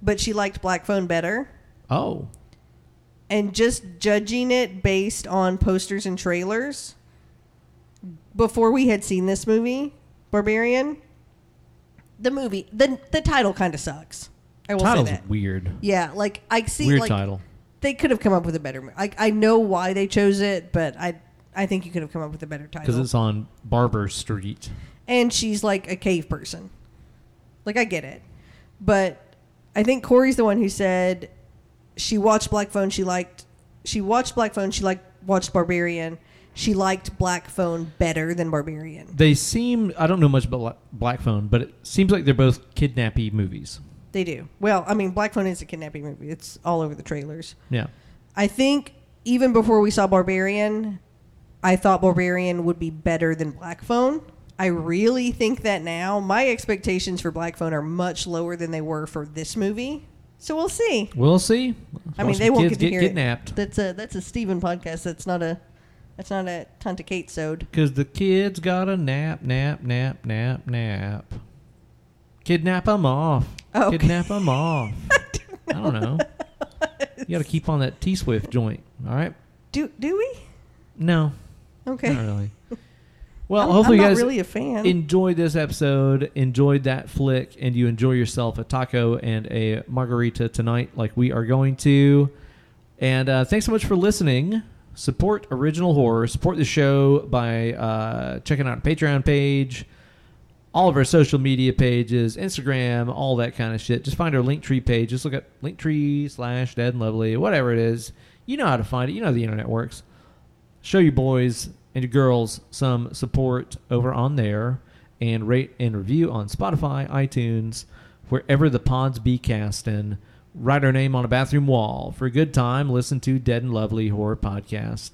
S2: but she liked Black Phone better.
S1: Oh.
S2: and just judging it based on posters and trailers before we had seen this movie barbarian the movie the the title kind of sucks i will
S1: Title's
S2: say that
S1: weird.
S2: yeah like i see
S1: weird
S2: like
S1: title.
S2: they could have come up with a better mo- like i know why they chose it but i i think you could have come up with a better
S1: Because
S2: title
S1: it's on Barber Street.
S2: and she's like a cave person like i get it but i think corey's the one who said she watched black phone she liked she watched black phone she liked watched barbarian she liked black phone better than barbarian
S1: They seem, I don't know much about Bla- Black Phone, but it seems like they're both kidnappy movies.
S2: they do well i mean black phone is a kidnapping movie it's all over the trailers
S1: Yeah.
S2: i think even before we saw barbarian i thought barbarian would be better than black phone i really think that now my expectations for black phone are much lower than they were for this movie so we'll see
S1: We'll see.
S2: I
S1: Watch
S2: mean,
S1: some
S2: they won't
S1: kids
S2: get to
S1: get
S2: hear
S1: kidnapped.
S2: It. That's a that's a Steven podcast. That's not a that's not a Tanta Kate sode.
S1: Because the kids got a nap, nap, nap, nap, nap. Kidnap 'em off.
S2: Oh.
S1: Kidnap 'em off. I don't know. You got to keep on that T Swift joint. All right?
S2: Do do we?
S1: No.
S2: Okay.
S1: Not really. Well,
S2: I'm,
S1: hopefully,
S2: I'm
S1: you
S2: not
S1: guys
S2: really a fan.
S1: enjoyed this episode, enjoyed that flick, and you enjoy yourself a taco and a margarita tonight, like we are going to. And uh, thanks so much for listening. Support original horror. Support the show by uh, checking out our Patreon page, all of our social media pages, Instagram, all that kind of shit. Just find our Linktree page. Just look up Linktree slash Dead and Lovely, whatever it is. You know how to find it. You know how the internet works show you boys and your girls some support over on there and rate and review on Spotify, iTunes, wherever the pods be casting. Write our name on a bathroom wall. For a good time, listen to Dead and Lovely Horror Podcast.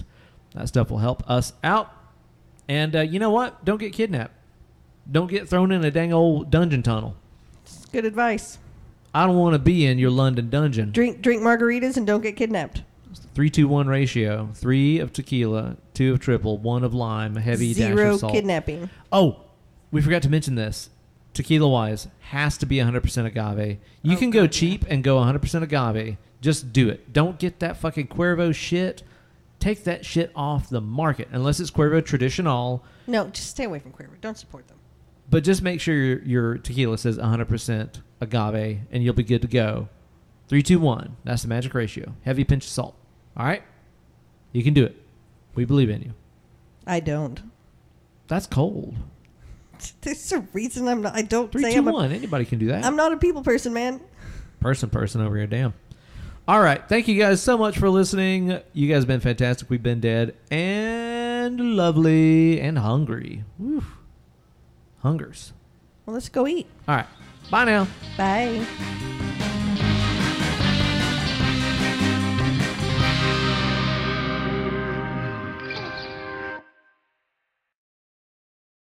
S1: That stuff will help us out. And uh, you know what? Don't get kidnapped. Don't get thrown in a dang old dungeon tunnel.
S2: It's good advice.
S1: I don't want to be in your London dungeon.
S2: Drink drink margaritas and don't get kidnapped.
S1: Three two one ratio. Three of tequila, two of triple, one of lime, a heavy dash
S2: Zero
S1: of salt.
S2: kidnapping.
S1: Oh, we forgot to mention this. Tequila wise has to be 100% agave. You
S2: Oh,
S1: can go cheap and go 100% agave. Just do it. Don't get that fucking Cuervo shit. Take that shit off the market unless it's Cuervo Traditional.
S2: No, just stay away from Cuervo. Don't support them.
S1: But just make sure your, your tequila says 100% agave and you'll be good to go. Three, two, one. That's the magic ratio. Heavy pinch of salt. All right? You can do it. We believe in you.
S2: I don't.
S1: That's cold.
S2: There's a reason I'm not. I don't
S1: Three,
S2: say
S1: two,
S2: I'm a,
S1: one. Anybody can do that.
S2: I'm not a people person, man.
S1: person person over here damn all right thank you guys so much for listening you guys have been fantastic we've been dead and lovely and hungry Whew. hungers
S2: Well, let's go eat.
S1: all right bye now
S2: Bye.